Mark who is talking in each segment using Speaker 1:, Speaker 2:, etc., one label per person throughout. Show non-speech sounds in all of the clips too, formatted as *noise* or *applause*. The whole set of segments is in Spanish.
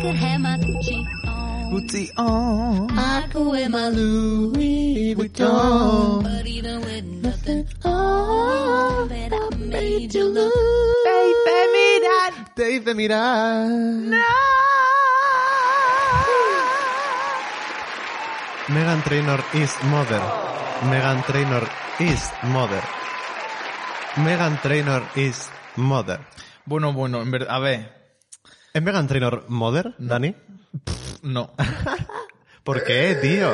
Speaker 1: could have my Gucci on.
Speaker 2: Booty
Speaker 3: oh,
Speaker 2: on.
Speaker 1: I could wear my Louis Vuitton. But even with nothing on, that I made you lose.
Speaker 2: Te hice mirar. Te hice mirar. No. Megan Trainor is mother. Megan Trainor is mother. Megan Trainor is mother.
Speaker 3: Bueno, bueno, en verdad, a ver,
Speaker 2: ¿Es Megan Trainor mother, Dani?
Speaker 3: no. *laughs*
Speaker 2: ¿Por qué, tío?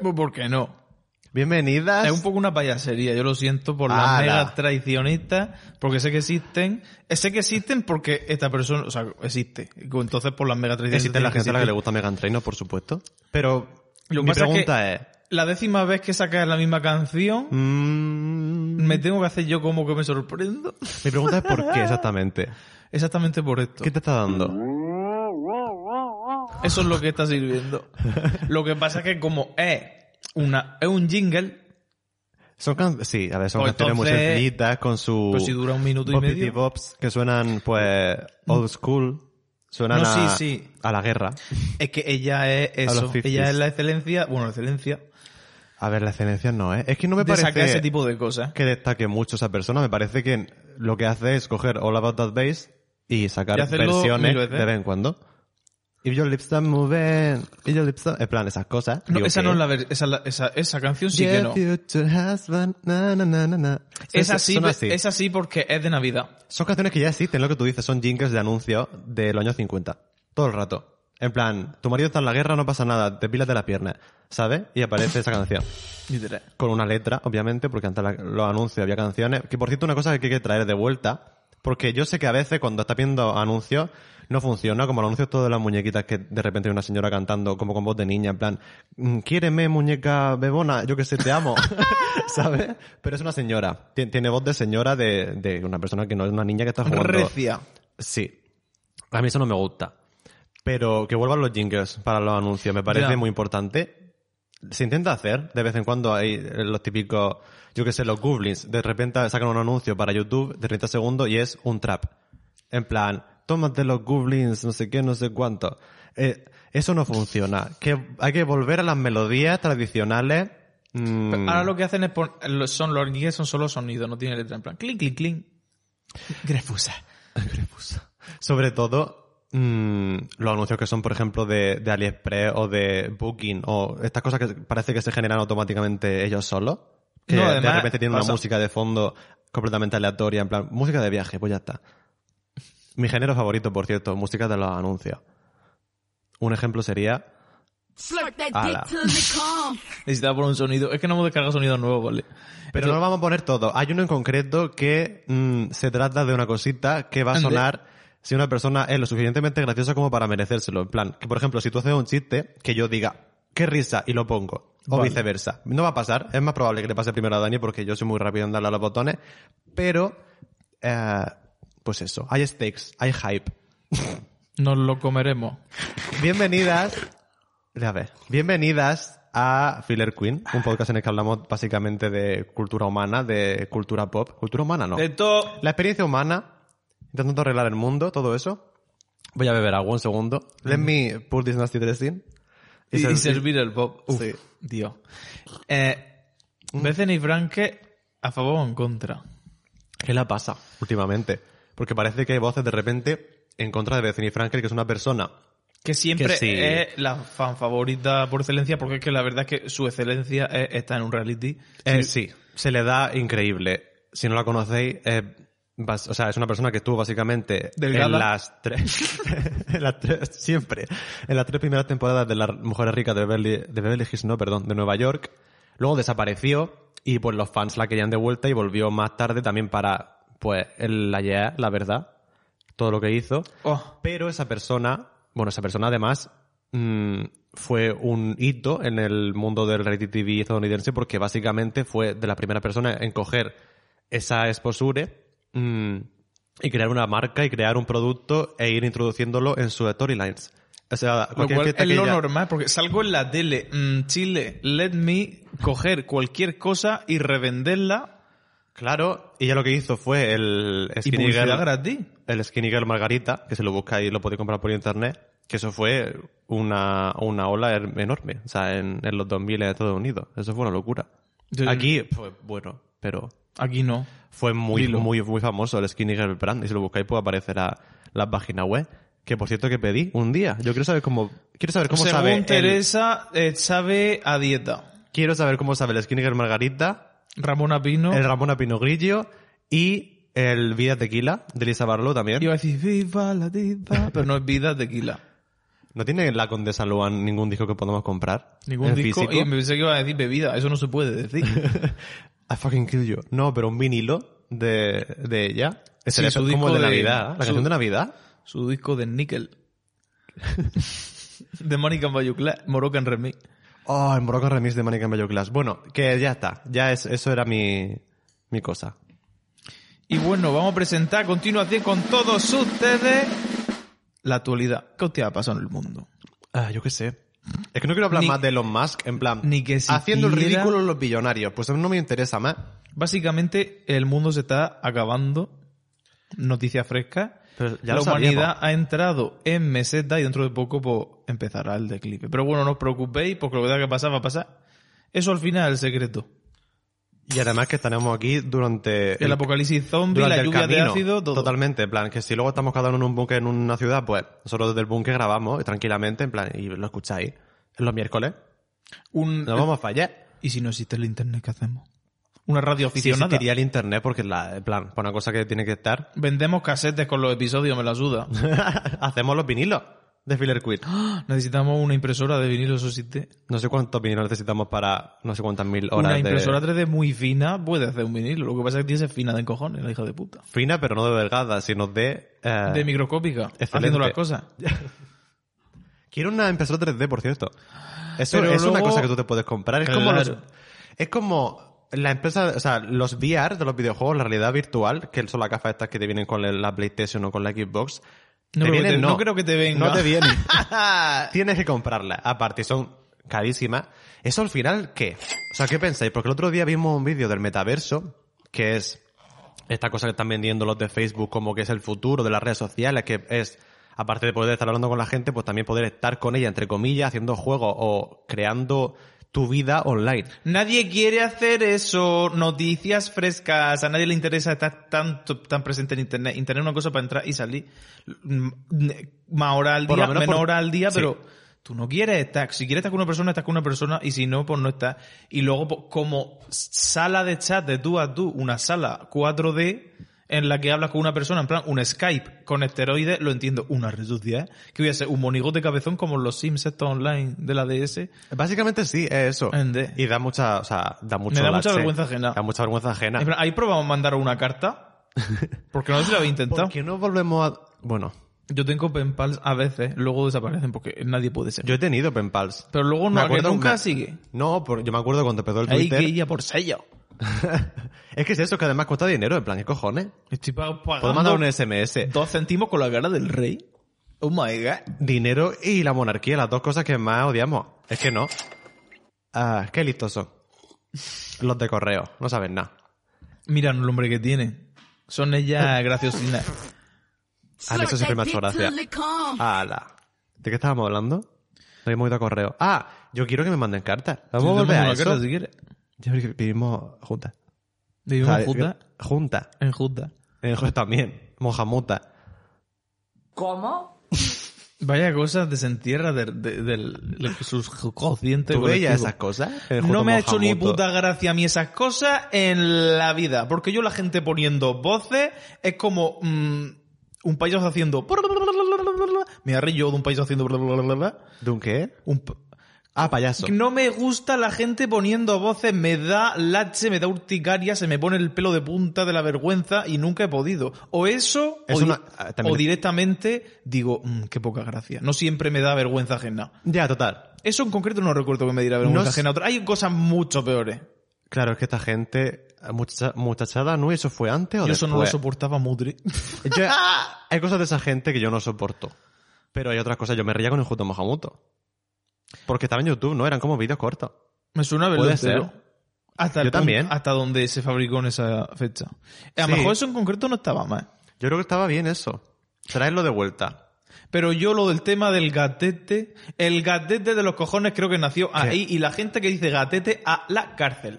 Speaker 3: Pues, ¿Por qué no?
Speaker 2: Bienvenidas.
Speaker 3: Es un poco una payasería, yo lo siento por las
Speaker 2: Ala.
Speaker 3: mega traicionistas, porque sé que existen, eh, sé que existen porque esta persona, o sea, existe. Entonces por las mega traicionistas.
Speaker 2: Existe la gente a la que le
Speaker 3: existen.
Speaker 2: gusta Megan Trainor, por supuesto. Pero
Speaker 3: Lo que
Speaker 2: mi
Speaker 3: pasa es que-
Speaker 2: pregunta es...
Speaker 3: La décima vez que sacas la misma canción,
Speaker 2: mm,
Speaker 3: me tengo que hacer yo como que me sorprendo. *laughs*
Speaker 2: mi pregunta es por qué exactamente.
Speaker 3: Exactamente por esto.
Speaker 2: ¿Qué te está dando?
Speaker 3: Eso es lo que está
Speaker 2: *laughs*
Speaker 3: sirviendo. Lo que pasa es que como es una, es un jingle,
Speaker 2: Son can- sí, a ver, son
Speaker 3: Pues
Speaker 2: canciones muy
Speaker 3: entonces-
Speaker 2: sencillitas con su...
Speaker 3: pues si dura un minuto y
Speaker 2: boppity
Speaker 3: medio.
Speaker 2: bops que suenan, pues, old school. Suenan
Speaker 3: No, sí,
Speaker 2: a,
Speaker 3: sí.
Speaker 2: a la guerra.
Speaker 3: Es que ella es
Speaker 2: A
Speaker 3: eso.
Speaker 2: los 50s.
Speaker 3: Ella es la excelencia, bueno, la excelencia,
Speaker 2: A ver, la excelencia no, ¿eh? Es que no me
Speaker 3: de sacar
Speaker 2: parece
Speaker 3: ese tipo de cosas.
Speaker 2: que destaque mucho esa persona. Me parece que lo que hace es coger All About That Bass y sacar
Speaker 3: Y hacerlo
Speaker 2: versiones
Speaker 3: mil veces.
Speaker 2: de vez en cuando. If your lips are moving, if your lips are... En plan, esas cosas.
Speaker 3: No,
Speaker 2: Digo
Speaker 3: esa
Speaker 2: que-
Speaker 3: no es la ver- esa, la- esa, esa canción sí que
Speaker 2: Your
Speaker 3: no.
Speaker 2: future husband, na, na, na, na, na.
Speaker 3: Esa
Speaker 2: Son-
Speaker 3: sí,
Speaker 2: son
Speaker 3: pe-
Speaker 2: así.
Speaker 3: esa sí porque es de Navidad.
Speaker 2: Son canciones que ya existen, lo que tú dices, son jingles de anuncios de los años 50. Todo el rato. En plan, tu marido está en la guerra, no pasa nada, te pilas de las piernas, ¿sabes? Y aparece esa canción.
Speaker 3: Literal.
Speaker 2: Con una letra, obviamente, porque antes la- los anuncios había canciones. Que por cierto, una cosa que hay que traer de vuelta, porque yo sé que a veces cuando estás viendo anuncios no funciona, como los anuncios todos de las muñequitas que de repente hay una señora cantando como con voz de niña, en plan, mm, quiéreme muñeca bebona, yo que sé, te amo, *laughs* ¿sabes? Pero es una señora, Tien- tiene voz de señora de, de una persona que no es una niña que está jugando.
Speaker 3: Recia.
Speaker 2: Sí. A mí eso no me gusta. Pero que vuelvan los jingles para los anuncios, me parece
Speaker 3: Ya.
Speaker 2: muy importante. Se intenta hacer, de vez en cuando hay eh, los típicos, yo que sé, los goblins. De repente sacan un anuncio para YouTube de 30 segundos y es un trap. En plan, tómate los goblins, no sé qué, no sé cuánto. Eh, eso no funciona. Que hay que volver a las melodías tradicionales. mm,
Speaker 3: Ahora lo que hacen es pon- lo- son los inglés son solo sonidos, no tiene letra en plan clic clic clic. Grefusa.
Speaker 2: Sobre todo mm, los anuncios que son, por ejemplo, de, de AliExpress o de Booking o estas cosas que parece que se generan automáticamente ellos solos. Que
Speaker 3: No,
Speaker 2: de
Speaker 3: además,
Speaker 2: repente tienen una
Speaker 3: pasa-
Speaker 2: música de fondo completamente aleatoria, en plan, música de viaje, pues ya está. Mi género favorito, por cierto, música de los anuncios. Un ejemplo sería...
Speaker 1: Flirt that
Speaker 2: Ala.
Speaker 1: dick till it calm.
Speaker 3: Necesitaba por un sonido. Es que no hemos descargado sonidos nuevos, ¿vale?
Speaker 2: Pero no lo vamos a poner todo. Hay uno en concreto que mm, se trata de una cosita que va a
Speaker 3: Ande.
Speaker 2: sonar si una persona es lo suficientemente graciosa como para merecérselo. En plan, que por ejemplo, si tú haces un chiste, que yo diga, qué risa, y lo pongo. O
Speaker 3: Vale.
Speaker 2: viceversa. No va a pasar. Es más probable que le pase primero a Dani porque yo soy muy rápido en darle a los botones. Pero, eh, pues eso. Hay stakes, hay hype.
Speaker 3: Nos lo comeremos.
Speaker 2: Bienvenidas. A ver. Bienvenidas a Filler Queen, un podcast en el que hablamos básicamente de cultura humana, de cultura pop. Cultura humana no.
Speaker 3: De todo.
Speaker 2: La experiencia humana, intentando arreglar el mundo, todo eso. Voy a beber agua un segundo. Let me pull this nasty dressing.
Speaker 3: Y,
Speaker 2: serv-
Speaker 3: servir el pop. Uf,
Speaker 2: Sí.
Speaker 3: Dios. Eh,
Speaker 2: Mm.
Speaker 3: Bethany Franke, a favor o en contra.
Speaker 2: ¿Qué la pasa últimamente? Porque parece que hay voces de repente en contra de Bethany Frankel, que es una persona.
Speaker 3: Que siempre
Speaker 2: Que sí.
Speaker 3: es la fan favorita por excelencia, porque es que la verdad es que su excelencia es- está en un reality.
Speaker 2: Eh, sí, se le da increíble. Si no la conocéis, eh, vas- o sea, es una persona que estuvo básicamente
Speaker 3: Delgada.
Speaker 2: en las tres, *laughs* en las tres- siempre, en las tres primeras temporadas de las Mujeres Ricas de Beverly, de Beverly Hills, no, perdón, de Nueva York. Luego desapareció y pues los fans la querían de vuelta y volvió más tarde también para, pues, el- la yeah, la verdad, todo lo que hizo.
Speaker 3: Oh,
Speaker 2: Pero esa persona, bueno, esa persona además mm, fue un hito en el mundo del reality TV estadounidense porque básicamente fue de la primera persona en coger esa exposure mm, y crear una marca y crear un producto e ir introduciéndolo en sus storylines. O sea,
Speaker 3: lo
Speaker 2: cualquier
Speaker 3: cual
Speaker 2: fiesta
Speaker 3: es
Speaker 2: que
Speaker 3: lo
Speaker 2: ella-
Speaker 3: normal, porque salgo en la tele, mm, Chile, let me coger cualquier cosa y revenderla
Speaker 2: Claro, y ella lo que hizo fue el
Speaker 3: y
Speaker 2: Skinny
Speaker 3: publicidad
Speaker 2: Girl-
Speaker 3: gratis.
Speaker 2: el Skinny Girl Margarita, que si lo buscáis lo podéis comprar por internet, que eso fue una, una ola er- enorme, o sea, en, en los 2000 en Estados Unidos. Eso fue una locura.
Speaker 3: Yo-
Speaker 2: Aquí, pues bueno, pero
Speaker 3: Aquí no.
Speaker 2: fue muy,
Speaker 3: Dilo.
Speaker 2: muy, muy famoso el Skinny Girl Brand. Y si lo buscáis, pues aparecerá la página web. Que por cierto que pedí un día. Yo quiero saber cómo, quiero saber cómo
Speaker 3: Según
Speaker 2: sabe. el-
Speaker 3: Teresa, eh, sabe a dieta.
Speaker 2: quiero saber cómo sabe el Skinny Girl Margarita,
Speaker 3: Ramona Pino.
Speaker 2: el Ramona Pino Grillo y el Vida Tequila de Lisa Barlow también.
Speaker 3: Iba a decir, viva la *laughs* diva. Pero no es vida tequila.
Speaker 2: ¿No tiene la Condesa Luan ningún disco que podamos comprar?
Speaker 3: Ningún
Speaker 2: en
Speaker 3: disco.
Speaker 2: físico?
Speaker 3: Y me pensé que iba a decir bebida. Eso no se puede decir. *laughs*
Speaker 2: I fucking kill you. No, pero un vinilo de, de ella.
Speaker 3: Sí,
Speaker 2: Sería
Speaker 3: su
Speaker 2: como
Speaker 3: disco
Speaker 2: el de
Speaker 3: de-
Speaker 2: Navidad. La
Speaker 3: su-
Speaker 2: canción de Navidad.
Speaker 3: Su disco de Nickel. de Monica Bayucla. Moroccan Remix.
Speaker 2: Oh, el Morocco Remix de Manic Bello Class. Bueno, que ya está. Ya es, eso era mi, mi cosa.
Speaker 3: Y bueno, vamos a presentar a continuación con todos ustedes la actualidad. ¿Qué hostia ha pasado en el mundo?
Speaker 2: Ah, yo qué sé. Es que no quiero hablar
Speaker 3: Ni-
Speaker 2: más de Elon Musk, en plan,
Speaker 3: ni que siquiera-
Speaker 2: haciendo el ridículo los billonarios. Pues no me interesa más.
Speaker 3: Básicamente, el mundo se está acabando. Noticia fresca.
Speaker 2: Pero
Speaker 3: la
Speaker 2: ya lo pues.
Speaker 3: humanidad
Speaker 2: sabíamos.
Speaker 3: ha entrado en meseta y dentro de poco pues, empezará el declive. Pero bueno, no os preocupéis porque lo que tenga que pasar va a pasar. Eso al final es el secreto.
Speaker 2: Y además que estaremos aquí durante
Speaker 3: El apocalipsis zombie,
Speaker 2: durante
Speaker 3: la
Speaker 2: el
Speaker 3: lluvia de
Speaker 2: camino.
Speaker 3: ácido, todo.
Speaker 2: Totalmente, en plan, que si luego estamos cada uno en un búnker en una ciudad, pues nosotros desde el búnker grabamos eh, tranquilamente, en plan, y lo escucháis los miércoles.
Speaker 3: Un-
Speaker 2: No vamos
Speaker 3: *laughs*
Speaker 2: a fallar.
Speaker 3: ¿Y si no existe el internet, qué hacemos? Una radio
Speaker 2: Si
Speaker 3: aficionada.
Speaker 2: existiría el internet, porque la, en plan, para una cosa que tiene que estar, *laughs*
Speaker 3: Vendemos casetes con los episodios, me la suda.
Speaker 2: hacemos los vinilos de Filler Queer.
Speaker 3: Necesitamos una impresora de vinilo, eso existe.
Speaker 2: No sé cuántos vinilos necesitamos para no sé cuántas mil horas
Speaker 3: Una
Speaker 2: de...
Speaker 3: impresora 3D muy fina puede hacer un vinilo. Lo que pasa es que tiene que ser fina de encojones, la hija de puta.
Speaker 2: Fina, pero no de delgada, sino de... eh,
Speaker 3: de microscópica,
Speaker 2: excelente.
Speaker 3: haciendo las cosas.
Speaker 2: Quiero una impresora 3D, por cierto. Eso
Speaker 3: Pero
Speaker 2: es una
Speaker 3: luego-
Speaker 2: cosa que tú te puedes comprar. Es como
Speaker 3: Claro.
Speaker 2: los- es como la empresa, o sea, los VR de los videojuegos, la realidad virtual, que son las gafas estas que te vienen con la PlayStation o con la Xbox.
Speaker 3: No,
Speaker 2: te
Speaker 3: creo que
Speaker 2: vienen,
Speaker 3: te- no creo que te venga.
Speaker 2: No te vienen. Tienes que comprarlas. Aparte, son carísimas. Eso al final, ¿qué? O sea, ¿qué pensáis? Porque el otro día vimos un vídeo del metaverso, que es esta cosa que están vendiendo los de Facebook como que es el futuro de las redes sociales, que es, aparte de poder estar hablando con la gente, pues también poder estar con ella, entre comillas, haciendo juegos o creando tu vida online.
Speaker 3: Nadie quiere hacer eso, noticias frescas, a nadie le interesa estar tanto tan presente en internet. Internet es una cosa para entrar y salir mm, mm, más hora al
Speaker 2: Por lo
Speaker 3: día,
Speaker 2: menos
Speaker 3: menos
Speaker 2: por-
Speaker 3: hora al día,
Speaker 2: Sí.
Speaker 3: pero tú no quieres estar. Si quieres estar con una persona, estás con una persona y si no, pues no estás. Y luego, pues, como sala de chat de tú a tú, una sala 4D en la que hablas con una persona, en plan, un Skype con esteroides, lo entiendo, una red social, que voy a ser un monigote cabezón como los Sims estos online de la DS.
Speaker 2: Básicamente sí, es eso.
Speaker 3: Ende.
Speaker 2: Y da mucha, o sea, da mucho
Speaker 3: Me da
Speaker 2: lache.
Speaker 3: mucha vergüenza ajena.
Speaker 2: Da mucha vergüenza ajena.
Speaker 3: En plan, ¿Ahí probamos a mandar una carta? Porque no sé si lo había intentado.
Speaker 2: ¿Por qué no volvemos a...? Bueno,
Speaker 3: Yo tengo penpals a veces, luego desaparecen porque nadie puede ser.
Speaker 2: yo he tenido penpals.
Speaker 3: Pero luego
Speaker 2: Me
Speaker 3: no, que
Speaker 2: acuerdo
Speaker 3: nunca
Speaker 2: una-
Speaker 3: sigue.
Speaker 2: No, por- yo me acuerdo cuando empezó el
Speaker 3: Hay
Speaker 2: Twitter.
Speaker 3: que ir a por sello.
Speaker 2: es que es eso, que además cuesta dinero, en plan, ¿qué cojones?
Speaker 3: Estoy pa-
Speaker 2: Puedo mandar
Speaker 3: pagando
Speaker 2: un SMS.
Speaker 3: dos centimos con la cara del rey. Oh my god.
Speaker 2: Dinero y la monarquía, las dos cosas que más odiamos. Es que no. Ah, qué listos son. Los de correo, no saben nada.
Speaker 3: Mira el hombre que tiene. Son
Speaker 2: *laughs*
Speaker 3: ellas graciosinas.
Speaker 2: A mí eso siempre me ha hecho gracia. Ala. ¿De qué estábamos hablando? Nos hemos ido a correo. Ah, yo quiero que me manden cartas. Vamos a
Speaker 3: Yo te
Speaker 2: volver
Speaker 3: mando
Speaker 2: a
Speaker 3: una
Speaker 2: eso.
Speaker 3: carta si quieres.
Speaker 2: Ya ves que vivimos juntas.
Speaker 3: Vivimos
Speaker 2: O sea,
Speaker 3: juntas.
Speaker 2: Juntas.
Speaker 3: En juntas.
Speaker 2: Eh, También. Mojamuta.
Speaker 3: Vaya cosas desentierra de, de, del- de sus cocientes.
Speaker 2: ¿Tú veías esas cosas? Eh,
Speaker 3: No
Speaker 2: junto
Speaker 3: me ha hecho ni
Speaker 2: mojamuto.
Speaker 3: puta gracia a mí esas cosas en la vida. Porque yo la gente poniendo voces es como mm, un payaso haciendo... Me arre yo de un payaso haciendo...
Speaker 2: ¿De un qué?
Speaker 3: Un pa-
Speaker 2: Ah, payaso.
Speaker 3: No me gusta la gente poniendo voces, me da lache, me da urticaria, se me pone el pelo de punta de la vergüenza y nunca he podido. O eso,
Speaker 2: Es
Speaker 3: o, di-
Speaker 2: una- ah, también
Speaker 3: o
Speaker 2: es-
Speaker 3: directamente digo, "Mm, qué poca gracia. No siempre me da vergüenza ajena.
Speaker 2: Ya, total.
Speaker 3: Eso en concreto no recuerdo que me diera vergüenza
Speaker 2: No sé.
Speaker 3: ajena. Otra- Hay cosas mucho peores.
Speaker 2: Claro, es que esta gente, muchacha- muchachada, ¿no? ¿Eso fue antes o
Speaker 3: Yo eso no lo
Speaker 2: después?
Speaker 3: soportaba Mudri.
Speaker 2: Yo- hay cosas de esa gente que yo no soporto. Pero hay otras cosas. Yo me reía con el Justo Mojamuto. Porque estaba en YouTube, ¿no? Eran como vídeos cortos.
Speaker 3: *laughs* Me suena verlo
Speaker 2: Puede
Speaker 3: entero.
Speaker 2: ser.
Speaker 3: Hasta el
Speaker 2: Yo también.
Speaker 3: punto- Hasta donde se fabricó en esa fecha. A lo
Speaker 2: Sí.
Speaker 3: mejor eso en concreto no estaba mal.
Speaker 2: Yo creo que estaba bien eso. Traerlo de vuelta.
Speaker 3: Pero yo lo del tema del gatete, el gatete de los cojones creo que nació ahí y la gente que dice gatete a la cárcel.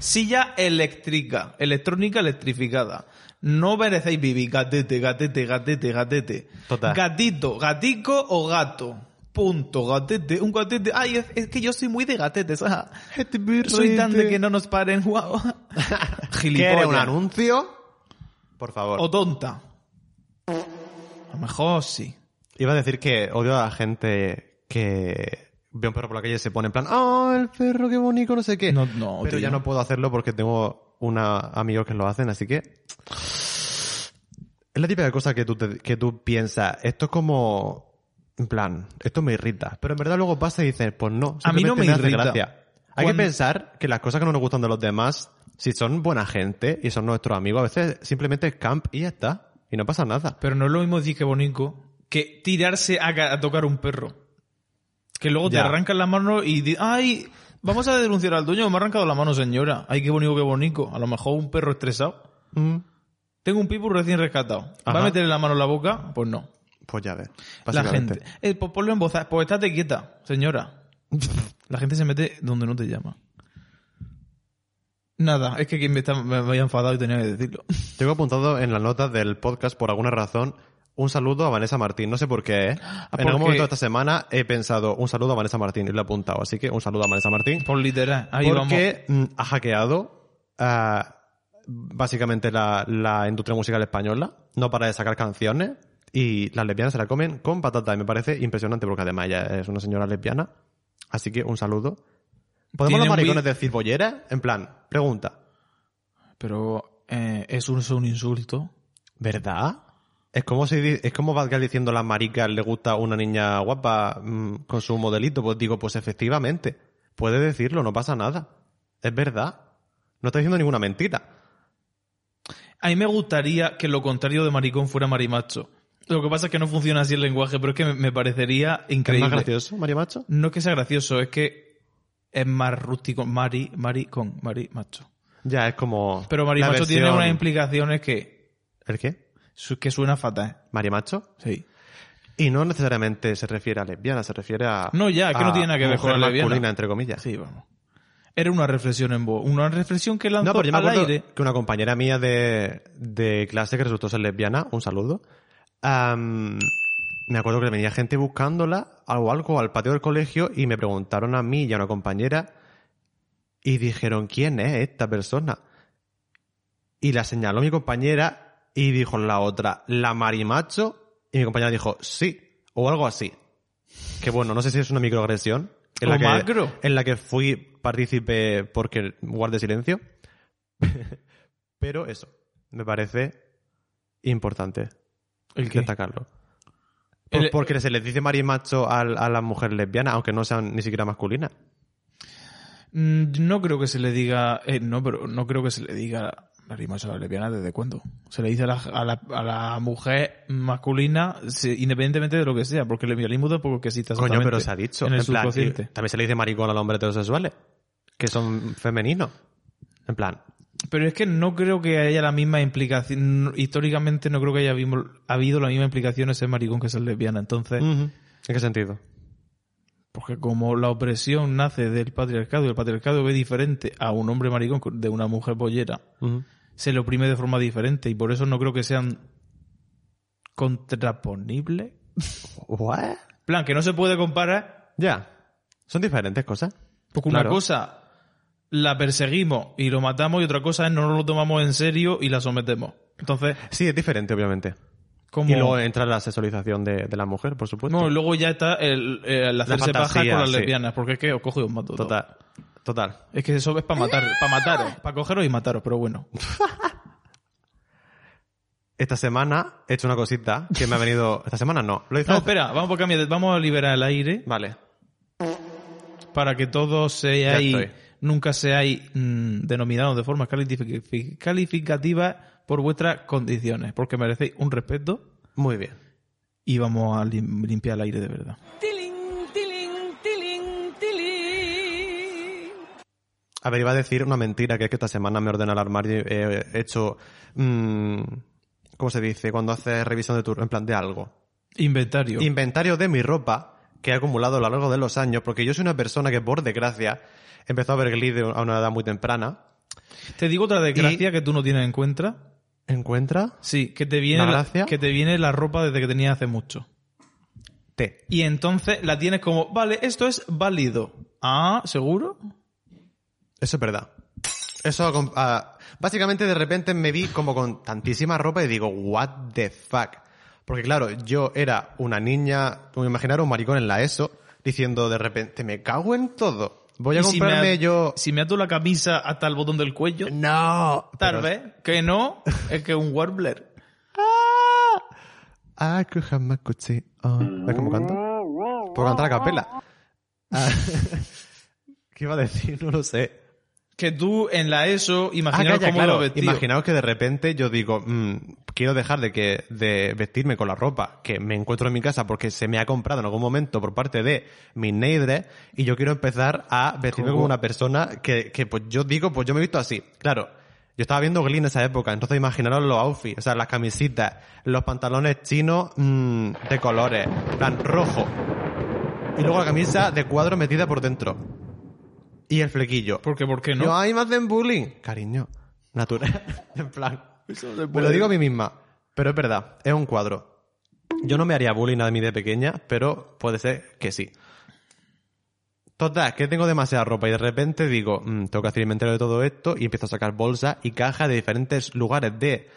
Speaker 3: Silla eléctrica, electrónica electrificada. No merecéis vivir gatete, gatete, gatete, gatete.
Speaker 2: Total.
Speaker 3: Gatito, gatico o gato. Punto, gatete, un gatete. Ay, es, es que yo soy muy de gatetes. ajá. Soy tan de que no nos paren. *laughs* Wow.
Speaker 2: ¿Quiere
Speaker 3: Gilipollas.
Speaker 2: un anuncio? Por favor.
Speaker 3: O tonta. A lo mejor sí.
Speaker 2: Iba a decir que odio a la gente que ve un perro por la calle y se pone en plan, ¡ah, el perro, qué bonito, no sé qué!
Speaker 3: No, no, Oh,
Speaker 2: Pero
Speaker 3: tío.
Speaker 2: ya no puedo hacerlo porque tengo una amigos que lo hacen, así que... Es la típica cosa que tú, te- que tú piensas, esto es como... En plan, esto me irrita. Pero en verdad luego pasa y dices, pues no,
Speaker 3: A mí no
Speaker 2: simplemente
Speaker 3: me
Speaker 2: hace
Speaker 3: irrita.
Speaker 2: gracia. Hay que
Speaker 3: Cuando-
Speaker 2: pensar que las cosas que no nos gustan de los demás, si son buena gente y son nuestros amigos, a veces simplemente es camp y ya está. Y no pasa nada.
Speaker 3: Pero no es lo mismo decir que bonito que tirarse a, ca- a tocar un perro. Que luego
Speaker 2: Ya.
Speaker 3: te arrancan la mano y di ay, vamos a denunciar al dueño, me ha arrancado la mano señora. Ay, qué bonito, qué bonito. A lo mejor un perro estresado.
Speaker 2: Mm.
Speaker 3: Tengo un pitbull recién rescatado. ¿Va
Speaker 2: Ajá.
Speaker 3: a meterle la mano en la boca? Pues no.
Speaker 2: Pues ya ves.
Speaker 3: La
Speaker 2: básicamente.
Speaker 3: gente. Eh, pues ponlo en voz. alta. Pues estate quieta,
Speaker 2: *laughs*
Speaker 3: señora. La gente se mete donde no te llama. Nada, es que quien me, está- me había enfadado y tenía que decirlo. *laughs*
Speaker 2: Tengo apuntado en las notas del podcast, por alguna razón, un saludo a Vanessa Martín. No sé por
Speaker 3: *gasps*
Speaker 2: qué. ¿eh? En
Speaker 3: porque-
Speaker 2: algún momento de esta semana he pensado un saludo a Vanessa Martín y lo he apuntado. Así que un saludo a Vanessa Martín.
Speaker 3: Por literal. Ahí vamos.
Speaker 2: porque mm, ha hackeado ah, básicamente la, la industria musical española. No para de sacar canciones. Y las lesbianas se la comen con patata. Y me parece impresionante porque además ella es una señora lesbiana. Así que un saludo. ¿Podemos
Speaker 3: Tiene
Speaker 2: los
Speaker 3: un
Speaker 2: maricones
Speaker 3: vi-
Speaker 2: decir bolleras? En plan, pregunta.
Speaker 3: Pero eh, es un- es un insulto.
Speaker 2: ¿Verdad? Es como si di- es como Bad Guy diciendo a las maricas le gusta una niña guapa mm, con su modelito. Pues digo, pues efectivamente. Puede decirlo, no pasa nada. Es verdad. No está diciendo ninguna mentira.
Speaker 3: A mí me gustaría que lo contrario de maricón fuera marimacho. Lo que pasa es que no funciona así el lenguaje, pero es que me- me parecería
Speaker 2: ¿Es
Speaker 3: increíble.
Speaker 2: más gracioso, Mario Macho?
Speaker 3: No es que sea gracioso, es que es más rústico. Mari, maricón, marimacho.
Speaker 2: Ya, es como...
Speaker 3: Pero
Speaker 2: la
Speaker 3: marimacho tiene
Speaker 2: versión-
Speaker 3: unas implicaciones que,
Speaker 2: ¿El qué?
Speaker 3: su- que suena fatal.
Speaker 2: ¿Mario Macho?
Speaker 3: Sí.
Speaker 2: Y no necesariamente se refiere a lesbiana, se refiere a...
Speaker 3: No, ya, es que no
Speaker 2: a
Speaker 3: tiene nada que ver con
Speaker 2: mujer
Speaker 3: la lesbiana.
Speaker 2: masculina, entre comillas.
Speaker 3: Sí, vamos. Era una reflexión en voz. Una reflexión que lanzó
Speaker 2: No, pero yo me
Speaker 3: al
Speaker 2: acuerdo
Speaker 3: aire.
Speaker 2: que una compañera mía de, de clase que resultó ser lesbiana, un saludo, am, me acuerdo que venía gente buscándola o algo al patio del colegio y me preguntaron a mí y a una compañera y dijeron, ¿quién es esta persona? Y la señaló mi compañera y dijo la otra, la marimacho, y mi compañera dijo, sí, o algo así. Que bueno, no sé si es una microagresión. En
Speaker 3: O
Speaker 2: la que,
Speaker 3: macro.
Speaker 2: En la que fui partícipe porque guardé silencio. *laughs* Pero eso, me parece importante
Speaker 3: ¿El qué?
Speaker 2: destacarlo. Por-
Speaker 3: El-
Speaker 2: porque se les dice marimacho a, a las mujeres lesbianas, aunque no sean ni siquiera masculinas.
Speaker 3: Mm, No creo que se le diga. eh, no, pero no creo que se le diga la rima a la lesbiana desde cuándo. Se le dice a la, a la- a la mujer masculina, se- independientemente de lo que sea, porque el lesbianismo tampoco que exista
Speaker 2: Coño,
Speaker 3: exactamente
Speaker 2: pero se ha dicho.
Speaker 3: En el
Speaker 2: en plan, eh.
Speaker 3: subconsciente.
Speaker 2: y también se le dice maricón a los hombres heterosexuales, que son femeninos. En plan,
Speaker 3: Pero es que no creo que haya la misma implicación. Históricamente no creo que haya habido, habido la misma implicación en ser maricón que ser lesbiana. Entonces,
Speaker 2: ujú, ¿eh? ¿en qué sentido?
Speaker 3: porque como la opresión nace del patriarcado y el patriarcado ve diferente a un hombre maricón con- de una mujer pollera,
Speaker 2: Ujú.
Speaker 3: se le oprime de forma diferente y por eso no creo que sean contraponibles.
Speaker 2: ¿What?
Speaker 3: plan, que no se puede comparar,
Speaker 2: Ya. Son diferentes cosas.
Speaker 3: porque
Speaker 2: Claro.
Speaker 3: una cosa la perseguimos y lo matamos y otra cosa es no nos lo tomamos en serio y la sometemos. Entonces,
Speaker 2: Sí, es diferente, obviamente.
Speaker 3: como...
Speaker 2: Y luego eh, entra la sexualización de, de la mujer, por supuesto.
Speaker 3: no, y luego ya está el, el hacerse paja
Speaker 2: fantasía,
Speaker 3: con las
Speaker 2: sí.
Speaker 3: lesbianas, porque es que os cojo y os mato. todo.
Speaker 2: total. Total.
Speaker 3: Es que eso es para matar, para mataros, para cogeros y mataros, pero bueno.
Speaker 2: Esta semana he hecho una cosita que me ha venido.
Speaker 3: *laughs*
Speaker 2: Esta semana no. Lo hice.
Speaker 3: No, espera, vamos por cambiar, de- vamos a liberar el aire
Speaker 2: Vale.
Speaker 3: para que todos seáis,
Speaker 2: Ya estoy.
Speaker 3: nunca seáis mm, denominados de forma calific- calificativa por vuestras condiciones, porque merecéis un respeto
Speaker 2: Muy bien.
Speaker 3: y vamos a lim- limpiar el aire de verdad.
Speaker 1: Tiling, tiling, tiling, tiling.
Speaker 2: A ver, iba a decir una mentira, que es que esta semana me ordena el armario y he hecho... mm, ¿Cómo se dice? Cuando haces revisión de tu... En plan, de algo.
Speaker 3: Inventario.
Speaker 2: inventario de mi ropa que he acumulado a lo largo de los años, porque yo soy una persona que, por desgracia, empezó a ver Glee de- a una edad muy temprana.
Speaker 3: Te digo otra desgracia que tú no tienes en cuenta.
Speaker 2: ¿Encuentra?
Speaker 3: Sí, que te viene la,
Speaker 2: ¿La gracia?
Speaker 3: que te viene la ropa desde que tenías hace mucho.
Speaker 2: T.
Speaker 3: Y entonces la tienes como, vale, esto es válido. Ah, ¿seguro?
Speaker 2: Eso es verdad. Eso... acom- ah, básicamente, de repente me vi como con tantísima ropa y digo, what the fuck. Porque claro, yo era una niña, como imaginar un maricón en la ESO, diciendo de repente, me cago en todo. Voy a
Speaker 3: Y si me
Speaker 2: comprarme
Speaker 3: a-
Speaker 2: yo...
Speaker 3: Si me ato la camisa hasta el botón del cuello,
Speaker 2: No.
Speaker 3: tal
Speaker 2: Pero-
Speaker 3: vez, que no, es que un warbler.
Speaker 2: I could have my coochie on. oh, ¿Ves cómo canta? Puedo cantar a capela. Ah, *laughs* ¿Qué iba a decir? No lo sé.
Speaker 3: Que tú en la ESO,
Speaker 2: Ah,
Speaker 3: imaginaos
Speaker 2: calla,
Speaker 3: cómo
Speaker 2: claro.
Speaker 3: lo vestías.
Speaker 2: Imaginaos que de repente yo digo, mm, quiero dejar de, que, de vestirme con la ropa que me encuentro en mi casa porque se me ha comprado en algún momento por parte de mis neidres y yo quiero empezar a vestirme
Speaker 3: ¿Cómo?
Speaker 2: como una persona que, que, pues yo digo, pues yo me he visto así. Claro, yo estaba viendo Glee en esa época, entonces imaginaros los outfits, o sea, las camisitas, los pantalones chinos mm, de colores, en plan rojo. Y luego la camisa de cuadro metida por dentro. Y el flequillo.
Speaker 3: Porque, ¿por qué no?
Speaker 2: Yo, ay, me hacen bullying. Cariño, natural. *laughs* en plan. Me lo digo a mí misma. Pero es verdad, es un cuadro. Yo no me haría bullying a mí de pequeña, pero puede ser que sí. Total, que tengo demasiada ropa y de repente digo, "Mm, tengo que hacer inventario de todo esto y empiezo a sacar bolsas y cajas de diferentes lugares de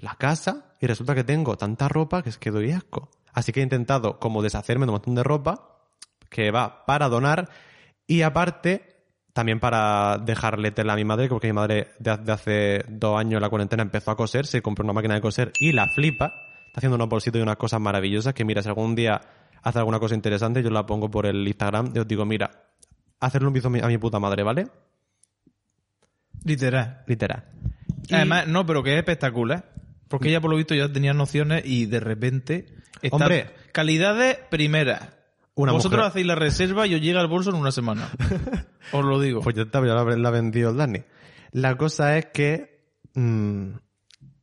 Speaker 2: la casa y resulta que tengo tanta ropa que es que doy asco. Así que he intentado como deshacerme de un montón de ropa que va para donar y aparte también para dejarle tela a mi madre porque mi madre de, ha- de hace dos años en la cuarentena empezó a coser, se compró una máquina de coser y la flipa. Está haciendo unos bolsitos y unas cosas maravillosas que mira, si algún día hace alguna cosa interesante yo la pongo por el Instagram y os digo, mira, hacerle un piso a mi, a mi puta madre, ¿vale?
Speaker 3: Literal.
Speaker 2: Literal. Y-
Speaker 3: Además, no, pero que es espectacular. Porque ella, por lo visto, ya tenía nociones y de repente. está-
Speaker 2: Hombre.
Speaker 3: Calidades primeras.
Speaker 2: Una
Speaker 3: Vosotros
Speaker 2: mujer.
Speaker 3: hacéis la reserva y os llega el bolso en una
Speaker 2: *laughs*
Speaker 3: semana. Os lo digo.
Speaker 2: Pues ya está, ya la, la ha vendido el Dani. La cosa es que mm,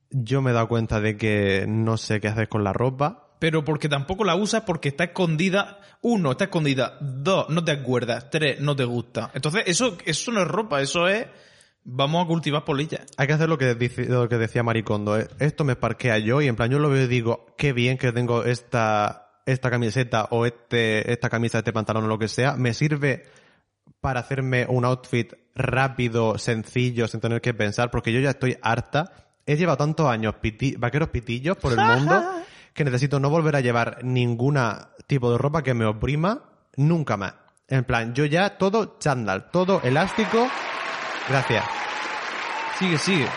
Speaker 2: yo me he dado cuenta de que no sé qué hacer con la ropa.
Speaker 3: Pero porque tampoco la usas porque está escondida. Uno, está escondida. Dos, no te acuerdas. Tres, no te gusta. Entonces, eso, eso no es ropa, eso es. Vamos a cultivar polillas.
Speaker 2: Hay que hacer lo que, dice- lo que decía Maricondo. ¿eh? Esto me parquea yo y en plan yo lo veo y digo, qué bien que tengo esta, esta camiseta o este, esta camisa, este pantalón o lo que sea. Me sirve para hacerme un outfit rápido, sencillo, sin tener que pensar, porque yo ya estoy harta. He llevado tantos años piti- vaqueros pitillos por el mundo que necesito no volver a llevar ningún tipo de ropa que me oprima nunca más. En plan, yo ya todo chándal, todo elástico. Gracias.
Speaker 3: Sigue, sigue.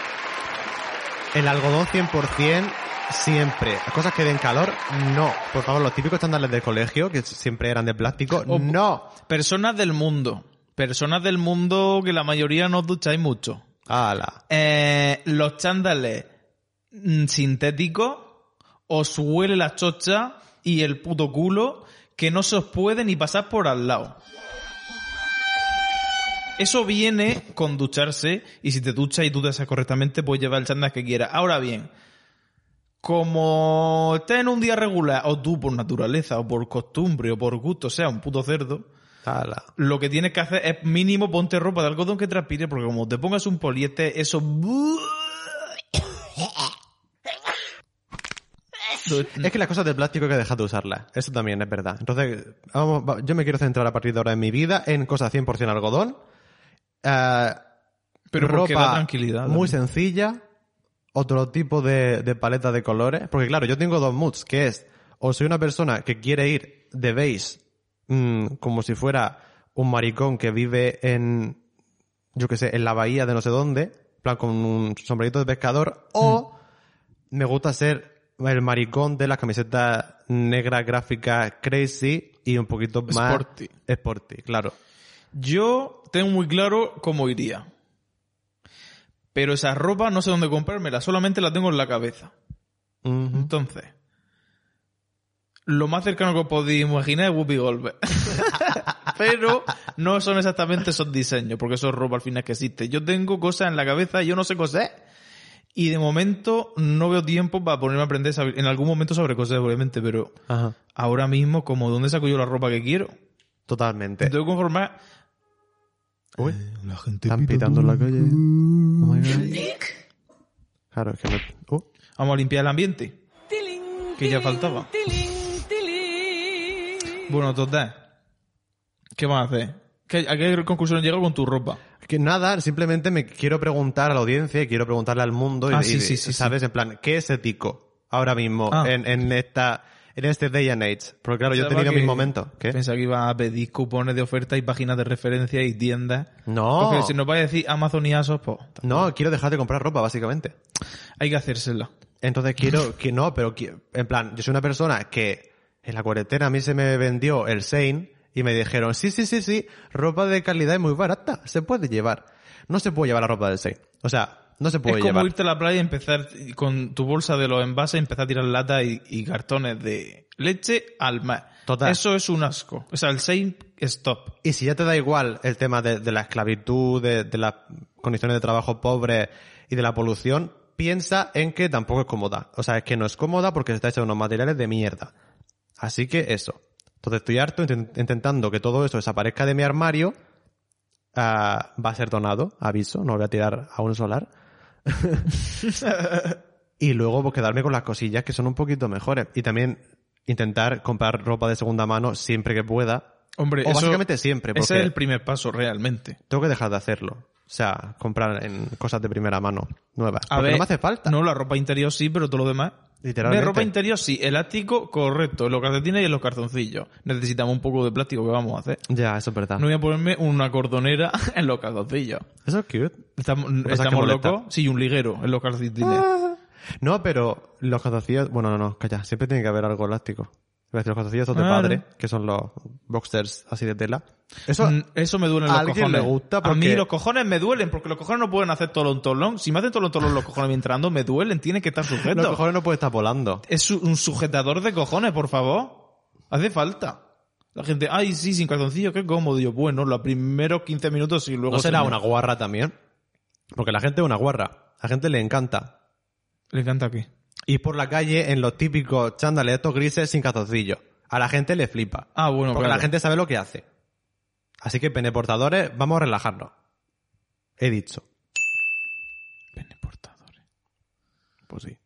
Speaker 2: El algodón 100% siempre. Las cosas que den calor, no. Por favor, los típicos estándares del colegio, que siempre eran de plástico,
Speaker 3: O-
Speaker 2: no.
Speaker 3: Personas del mundo. Personas del mundo que la mayoría no os ducháis mucho.
Speaker 2: Ala.
Speaker 3: Eh, los chándales mm, sintéticos os huele la chocha y el puto culo que no se os puede ni pasar por al lado. Eso viene con ducharse y si te duchas y tú te haces correctamente puedes llevar el chándal que quieras. Ahora bien, como estés en un día regular o tú por naturaleza o por costumbre o por gusto, o sea, un puto cerdo,
Speaker 2: Ala.
Speaker 3: lo que tienes que hacer es mínimo ponte ropa de algodón que transpire, porque como te pongas un poliéster, eso... Mm.
Speaker 2: Es que las cosas de plástico hay que dejar de usarlas. Eso también es verdad. Entonces, vamos, va- yo me quiero centrar a partir de ahora en mi vida en cosas 100% algodón. eh,
Speaker 3: Pero porque
Speaker 2: ropa
Speaker 3: da tranquilidad.
Speaker 2: muy
Speaker 3: también.
Speaker 2: sencilla, otro tipo de, de paleta de colores. Porque claro, yo tengo dos moods, que es, o soy una persona que quiere ir de beige, mm, como si fuera un maricón que vive en, yo qué sé, en la bahía de no sé dónde, en plan con un sombrerito de pescador, o me gusta ser el maricón de las camisetas negras gráficas crazy y un poquito más
Speaker 3: Sporty.
Speaker 2: sporty, claro.
Speaker 3: Yo tengo muy claro cómo iría. Pero esa ropa no sé dónde comprármela, solamente la tengo en la cabeza.
Speaker 2: Ujú.
Speaker 3: Entonces, lo más cercano que os podéis imaginar es Whoopi Goldberg. *laughs* Pero no son exactamente esos diseños, porque eso es ropa al final que existe. Yo tengo cosas en la cabeza y yo no sé coser. Y de momento no veo tiempo para ponerme a aprender esa habil- en algún momento sobre cosas, obviamente, pero
Speaker 2: Ajá.
Speaker 3: ahora mismo, como ¿dónde saco yo la ropa que quiero?
Speaker 2: Totalmente.
Speaker 3: Me tengo que conformar.
Speaker 2: Uy,
Speaker 3: La gente
Speaker 2: están pitando en la calle. Oh my God. Claro, es que me... Uh,
Speaker 3: Vamos a limpiar el ambiente. Que ya faltaba. Bueno, total. ¿Qué vas a hacer? ¿Qué, ¿A qué conclusión llegado con tu ropa?
Speaker 2: Que nada, simplemente me quiero preguntar a la audiencia y quiero preguntarle al mundo y,
Speaker 3: Ah, sí,
Speaker 2: y-
Speaker 3: sí, sí,
Speaker 2: sabes en plan, ¿qué es ético ahora mismo
Speaker 3: Ah.
Speaker 2: en, en esta en este day and age? Porque claro, yo he
Speaker 3: Pensaba
Speaker 2: tenido
Speaker 3: que-
Speaker 2: mis momentos, ¿qué?
Speaker 3: Pensaba que iba a pedir cupones de oferta y páginas de referencia y tiendas.
Speaker 2: No.
Speaker 3: Porque si nos vais a decir Amazon y Asos, pues
Speaker 2: No, quiero dejar de comprar ropa básicamente.
Speaker 3: hay que hacérsela. *laughs*
Speaker 2: Entonces quiero que no, pero qui- en plan, yo soy una persona que en la cuarentena a mí se me vendió el Sein y me dijeron, sí, sí, sí, sí, ropa de calidad y muy barata, se puede llevar. No se puede llevar la ropa del Sein. O sea, no se
Speaker 3: Es
Speaker 2: puede
Speaker 3: como
Speaker 2: llevar.
Speaker 3: irte a la playa y empezar con tu bolsa de los envases y empezar a tirar latas y, y cartones de leche al mar.
Speaker 2: Total.
Speaker 3: Eso es un asco. O sea, el same stop.
Speaker 2: Y si ya te da igual el tema de, de la esclavitud, de, de las condiciones de trabajo pobres y de la polución, piensa en que tampoco es cómoda. O sea, es que no es cómoda porque está hecha de unos materiales de mierda. Así que eso. Entonces estoy harto intent- intentando que todo eso desaparezca de mi armario. Ah, va a ser donado, aviso, no lo voy a tirar a un solar. *laughs* y luego pues, quedarme con las cosillas que son un poquito mejores. Y también intentar comprar ropa de segunda mano siempre que pueda.
Speaker 3: Hombre,
Speaker 2: O
Speaker 3: eso-
Speaker 2: básicamente siempre, porque
Speaker 3: ese es el primer paso realmente.
Speaker 2: tengo que dejar de hacerlo. O sea, comprar en cosas de primera mano nuevas.
Speaker 3: A
Speaker 2: porque
Speaker 3: ver,
Speaker 2: no me hace falta.
Speaker 3: No, la ropa interior sí, pero todo lo demás.
Speaker 2: Literalmente.
Speaker 3: Ve, ropa interior sí, elástico, correcto. En los calcetines y en los calzoncillos. Necesitamos un poco de plástico, ¿qué vamos a hacer?
Speaker 2: Ya, eso es verdad.
Speaker 3: No voy a ponerme una cordonera *laughs* en los calzoncillos.
Speaker 2: Eso es cute.
Speaker 3: ¿Estamos,
Speaker 2: que Ah, pasa es que
Speaker 3: estamos
Speaker 2: molesta.
Speaker 3: locos? Sí, un liguero en los calcetines.
Speaker 2: No, pero los calzoncillos... Bueno, no, no, calla. Siempre tiene que haber algo elástico. Iba a decir, Los calzoncillos esos de
Speaker 3: Claro.
Speaker 2: padre, que son los boxers así de tela. Eso...
Speaker 3: Mm, Eso me duele
Speaker 2: a
Speaker 3: los
Speaker 2: alguien
Speaker 3: cojones.
Speaker 2: le gusta
Speaker 3: A mí
Speaker 2: porque-
Speaker 3: los cojones me duelen, porque los cojones no pueden hacer tolón tolón. Si me hacen tolón tolón los cojones mientras ando, me duelen, tienen que estar sujetos.
Speaker 2: *laughs* Los cojones no puede estar volando.
Speaker 3: Es su- un sujetador de cojones, por favor. Hace falta. La gente, ay, sí, sin calzoncillo, qué cómodo. Y Yo, bueno, los primeros 15 minutos y luego...
Speaker 2: ¿No será
Speaker 3: se me-
Speaker 2: una guarra también? Porque la gente es una guarra. A la gente le encanta.
Speaker 3: ¿Le encanta qué?
Speaker 2: Ir por la calle en los típicos chándales estos grises sin calzoncillos. A la gente le flipa.
Speaker 3: Ah, bueno,
Speaker 2: Porque
Speaker 3: claro.
Speaker 2: la gente sabe lo que hace. Así que, peneportadores, vamos a relajarnos. He dicho.
Speaker 3: Peneportadores.
Speaker 2: Pues sí.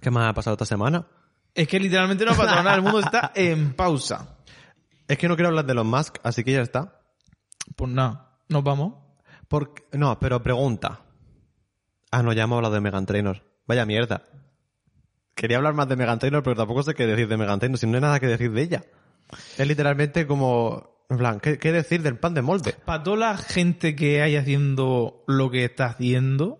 Speaker 2: ¿Qué más ha pasado esta semana?
Speaker 3: Es que literalmente no ha pasado nada, el mundo
Speaker 2: *laughs*
Speaker 3: está en pausa.
Speaker 2: Es que no quiero hablar de los Musk, así que ya está.
Speaker 3: Pues nada, nos vamos.
Speaker 2: Porque- No, pero pregunta. Ah, no, ya hemos hablado de Megan Trainor. Vaya mierda. Quería hablar más de Megan Trainor, pero tampoco sé qué decir de Megan Trainor, si no hay nada que decir de ella. Es literalmente como. En plan, ¿qué, qué decir del pan de molde?
Speaker 3: Para toda la gente que hay haciendo lo que está haciendo,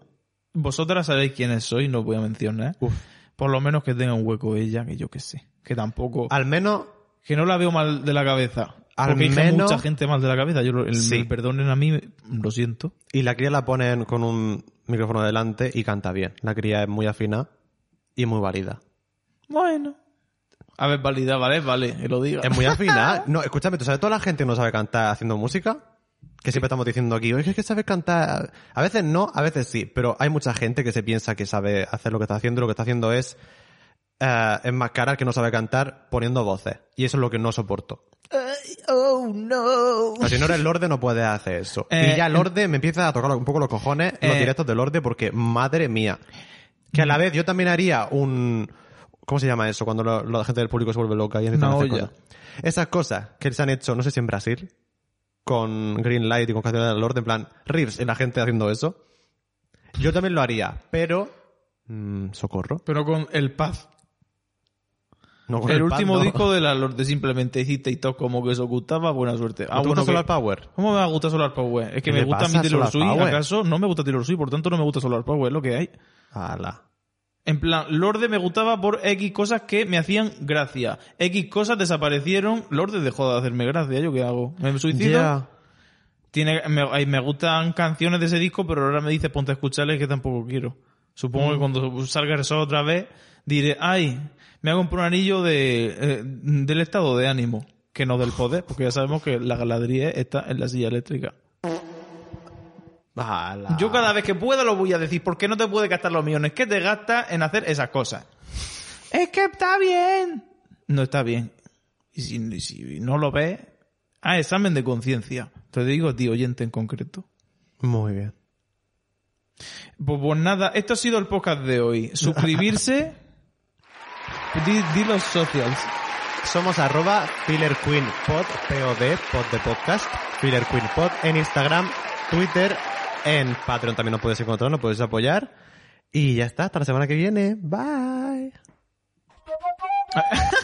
Speaker 3: vosotras sabéis quiénes sois, no os voy a mencionar.
Speaker 2: Uf.
Speaker 3: Por lo menos que tenga un hueco ella, que yo que sé. Que tampoco...
Speaker 2: Al menos.
Speaker 3: Que no la veo mal de la cabeza.
Speaker 2: Al
Speaker 3: Porque hay
Speaker 2: menos-
Speaker 3: mucha gente mal de la cabeza. Yo lo, el-
Speaker 2: Sí.
Speaker 3: me perdonen a mí, lo siento.
Speaker 2: Y la cría la ponen con un micrófono delante y canta bien. La cría es muy afina y muy válida.
Speaker 3: Bueno. A ver, válida, vale, vale, que lo diga.
Speaker 2: Es muy afina. No, escúchame, ¿tú sabes toda la gente que no sabe cantar haciendo música? Que siempre estamos diciendo aquí, oye, es que sabes cantar. A veces no, a veces sí, pero hay mucha gente que se piensa que sabe hacer lo que está haciendo y lo que está haciendo es eh, enmascarar que no sabe cantar poniendo voces. Y eso es lo que no soporto.
Speaker 3: oh, no.
Speaker 2: Pero si no eres Lorde no puedes hacer eso.
Speaker 3: Eh,
Speaker 2: y ya Lorde me empieza a tocar un poco los cojones los
Speaker 3: Eh.
Speaker 2: directos de Lorde porque, madre mía. Que a la vez yo también haría un... ¿Cómo se llama eso? Cuando lo- la gente del público se vuelve loca y empiezan
Speaker 3: Una
Speaker 2: a hacer
Speaker 3: olla.
Speaker 2: cosas. Esas cosas que se han hecho, no sé si en Brasil, con Green Light y con canciones de Lorde, en plan, riffs y la gente haciendo eso. Yo también lo haría, pero... mm, socorro.
Speaker 3: Pero con el Paz.
Speaker 2: No con
Speaker 3: el,
Speaker 2: pan,
Speaker 3: último
Speaker 2: no.
Speaker 3: disco de la Lorde simplemente hiciste y todo como que se ocultaba. Buena suerte. Ah,
Speaker 2: ¿No te gusta
Speaker 3: bueno,
Speaker 2: Solar
Speaker 3: que-
Speaker 2: Power?
Speaker 3: ¿Cómo me va a gustar Solar Power? Es
Speaker 2: ¿Qué
Speaker 3: que me
Speaker 2: le
Speaker 3: gusta a
Speaker 2: pasa
Speaker 3: mí
Speaker 2: a
Speaker 3: Taylor
Speaker 2: Solar
Speaker 3: Swift.
Speaker 2: Power?
Speaker 3: ¿Acaso no me gusta Taylor Swift? Por tanto, no me gusta Solar Power, es lo que hay.
Speaker 2: Ala.
Speaker 3: En plan, Lorde me gustaba por X cosas que me hacían gracia. X cosas desaparecieron. Lorde dejó de hacerme gracia. ¿Yo qué hago? ¿Me suicido?
Speaker 2: Yeah.
Speaker 3: Tiene, me, ay, me gustan canciones de ese disco, pero ahora me dice ponte a escucharles que tampoco quiero. Supongo que cuando salga el sol otra vez, diré, ay, me hago un anillo de, eh, del estado de ánimo. que no del poder, porque ya sabemos que la galadería está en la silla eléctrica.
Speaker 2: Ala.
Speaker 3: Yo cada vez que pueda lo voy a decir, ¿por qué no te puedes gastar los millones que te gastas en hacer esas cosas? Es que está bien. No está bien. Y si, y si no lo ves, ah, examen de conciencia. Te digo a ti, oyente en concreto.
Speaker 2: Muy bien.
Speaker 3: Pues, pues nada, esto ha sido el podcast de hoy. Suscribirse. *laughs* di, di los socials.
Speaker 2: Somos arroba Filler Queen Pod, POD, pod de podcast, Filler Queen Pod en Instagram, Twitter, en Patreon también nos puedes encontrar, nos puedes apoyar. Y ya está, hasta la semana que viene. Bye.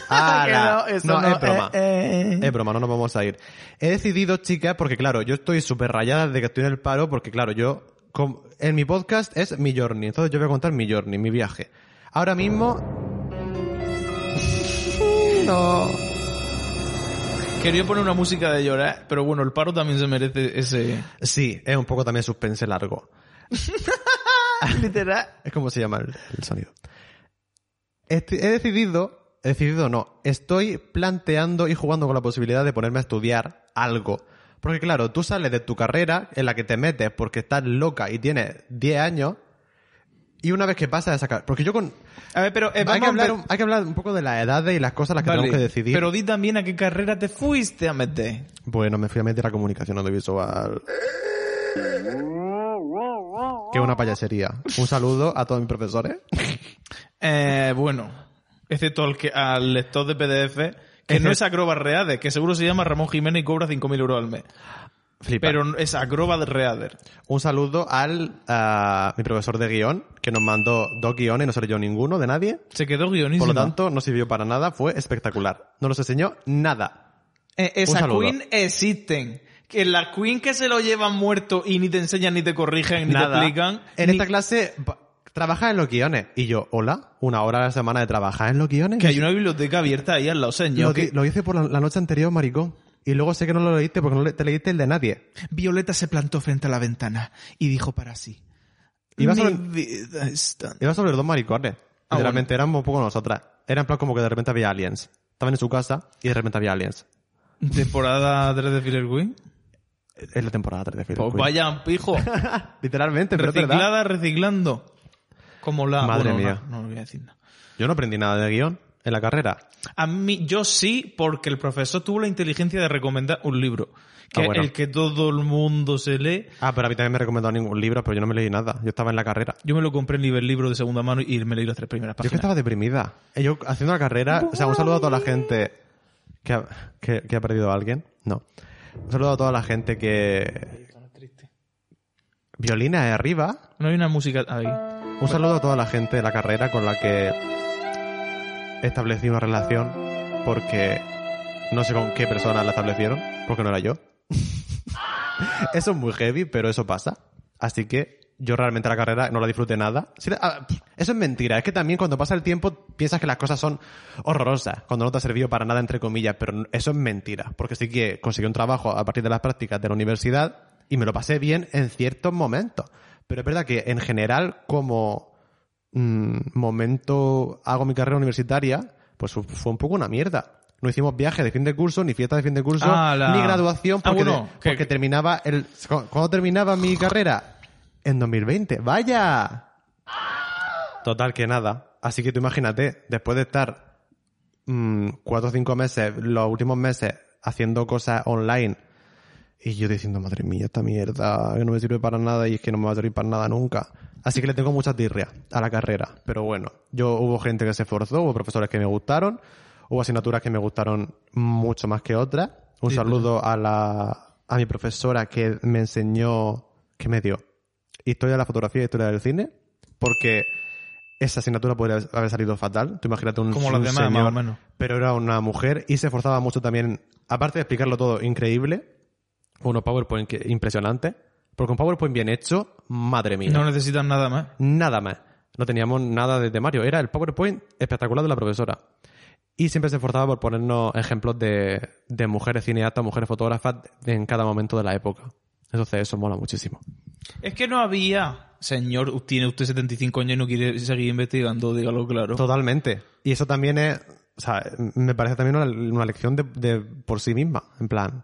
Speaker 2: Ala.
Speaker 3: Que
Speaker 2: no,
Speaker 3: no,
Speaker 2: es broma.
Speaker 3: eh, eh.
Speaker 2: Es broma, no nos vamos a ir. He decidido, chicas, porque claro, yo estoy súper rayada desde que estoy en el paro, porque claro, yo com- en mi podcast es mi journey, entonces yo voy a contar mi journey, mi viaje. Ahora mismo... No.
Speaker 3: Quería poner una música de llorar, pero bueno, el paro también se merece ese.
Speaker 2: Sí, es un poco también suspense largo.
Speaker 3: *laughs* Literal.
Speaker 2: Es como se llama el, el sonido. Estoy- he decidido, he decidido no, estoy planteando y jugando con la posibilidad de ponerme a estudiar algo. Porque claro, tú sales de tu carrera en la que te metes porque estás loca y tienes 10 años y una vez que pasas a sacar... Porque yo con...
Speaker 3: A ver, pero eh,
Speaker 2: hay,
Speaker 3: vamos
Speaker 2: que
Speaker 3: a
Speaker 2: hablar,
Speaker 3: empe-
Speaker 2: un- hay que hablar un poco de las edades y las cosas las que
Speaker 3: Vale,
Speaker 2: tenemos que decidir.
Speaker 3: Pero di también a qué carrera te fuiste a meter.
Speaker 2: Bueno, me fui a meter a comunicación audiovisual. Que una payasería. Un saludo a todos mis profesores.
Speaker 3: Eh, bueno, excepto al, que, al lector de PDF, que no es Acroba Reader, que seguro se llama Ramón Jiménez y cobra 5.000 euros al mes.
Speaker 2: Flipa.
Speaker 3: Pero es Acroba Reader.
Speaker 2: Un saludo al a mi profesor de guión, que nos mandó dos guiones, no se leyó ninguno de nadie.
Speaker 3: Se quedó guionísimo.
Speaker 2: Por lo tanto, no sirvió para nada, fue espectacular. No nos enseñó nada.
Speaker 3: Eh, esas
Speaker 2: saludo.
Speaker 3: Queen existen. Que las Queen que se lo llevan muerto y ni te enseñan, ni te corrigen, ni
Speaker 2: nada.
Speaker 3: te explican.
Speaker 2: en
Speaker 3: ni-
Speaker 2: esta clase ba- trabaja en los guiones. Y yo, hola, una hora a la semana de trabajar en los guiones.
Speaker 3: Que hay una biblioteca abierta ahí al lado, señor.
Speaker 2: lo, di-
Speaker 3: que-
Speaker 2: lo hice por la, la noche anterior, maricón. Y luego sé que no lo leíste porque no le- te leíste el de nadie.
Speaker 3: Violeta se plantó frente a la ventana y dijo para sí.
Speaker 2: Iba sobre-
Speaker 3: vida es tan-
Speaker 2: Iba sobre los dos maricones.
Speaker 3: Ah,
Speaker 2: Literalmente éramos un poco nosotras. Era en plan como que de repente había aliens. Estaban en su casa y de repente había aliens.
Speaker 3: Temporada 3 de Filler Queen.
Speaker 2: Es la temporada 3 de Filler
Speaker 3: Pues
Speaker 2: Queen.
Speaker 3: vayan,
Speaker 2: *laughs*
Speaker 3: pijo.
Speaker 2: Literalmente, pero es verdad.
Speaker 3: Reciclada, reciclando. Como la.
Speaker 2: Madre
Speaker 3: bueno,
Speaker 2: mía.
Speaker 3: No, no lo voy a decir nada.
Speaker 2: Yo no aprendí nada de guión en la carrera.
Speaker 3: A mí, yo sí, porque el profesor tuvo la inteligencia de recomendar un libro. Que
Speaker 2: Ah, bueno.
Speaker 3: es el que todo el mundo se lee.
Speaker 2: Ah, pero a mí también me recomendado ningún libro, pero yo no me leí nada. Yo estaba en la carrera.
Speaker 3: Yo me lo compré en nivel libro de segunda mano y me leí las tres primeras
Speaker 2: Yo es que
Speaker 3: páginas.
Speaker 2: estaba deprimida. Eh, Yo haciendo la carrera, o sea, un saludo a toda la gente que ha, que, que ha perdido a alguien. No. Un saludo a toda la gente que... Violina de arriba.
Speaker 3: No hay una música ahí.
Speaker 2: Un saludo a toda la gente de la carrera con la que establecí una relación porque no sé con qué personas la establecieron, porque no era yo. eso es muy heavy, pero eso pasa. Así que yo realmente la carrera no la disfruté nada. Sí, ah, pf, Eso es mentira. Es que también cuando pasa el tiempo piensas que las cosas son horrorosas, cuando no te ha servido para nada, entre comillas, pero n- eso es mentira. Porque sí que conseguí un trabajo a partir de las prácticas de la universidad y me lo pasé bien en ciertos momentos. Pero es verdad que en general, como mm, momento hago mi carrera universitaria, pues fu- fue un poco una mierda. No hicimos viaje de fin de curso, ni fiesta de fin de curso,
Speaker 3: Ah, la-
Speaker 2: ni graduación,
Speaker 3: Ah,
Speaker 2: porque,
Speaker 3: bueno,
Speaker 2: de-
Speaker 3: que-
Speaker 2: porque terminaba el... ¿Cuándo terminaba mi carrera? En 2020. ¡Vaya! Total que nada. Así que tú imagínate, después de estar mm, cuatro o cinco meses, los últimos meses, haciendo cosas online, y yo diciendo, madre mía, esta mierda que no me sirve para nada y es que no me va a servir para nada nunca. Así que le tengo mucha tirria a la carrera. Pero bueno, yo hubo gente que se esforzó, hubo profesores que me gustaron, hubo asignaturas que me gustaron mucho más que otras. Un
Speaker 3: Sí,
Speaker 2: saludo a la a mi profesora que me enseñó, que me dio historia de la fotografía y historia del cine, porque esa asignatura podría haber salido fatal. Tú imagínate un,
Speaker 3: Como las
Speaker 2: un
Speaker 3: demás, más o
Speaker 2: señor
Speaker 3: menos.
Speaker 2: pero era una mujer y se esforzaba mucho también, aparte de explicarlo todo increíble, unos PowerPoint que- impresionantes, porque un PowerPoint bien hecho, madre mía,
Speaker 3: No necesitan nada más.
Speaker 2: nada más. No teníamos nada de temario, era el PowerPoint espectacular de la profesora. Y siempre se esforzaba por ponernos ejemplos de, de mujeres cineastas, mujeres fotógrafas en cada momento de la época. Entonces eso mola muchísimo.
Speaker 3: Es que no había. Señor, tiene usted 75 años y no quiere seguir investigando, dígalo claro.
Speaker 2: Totalmente. Y eso también es O sea, me parece también una, una lección de, de por sí misma, en plan.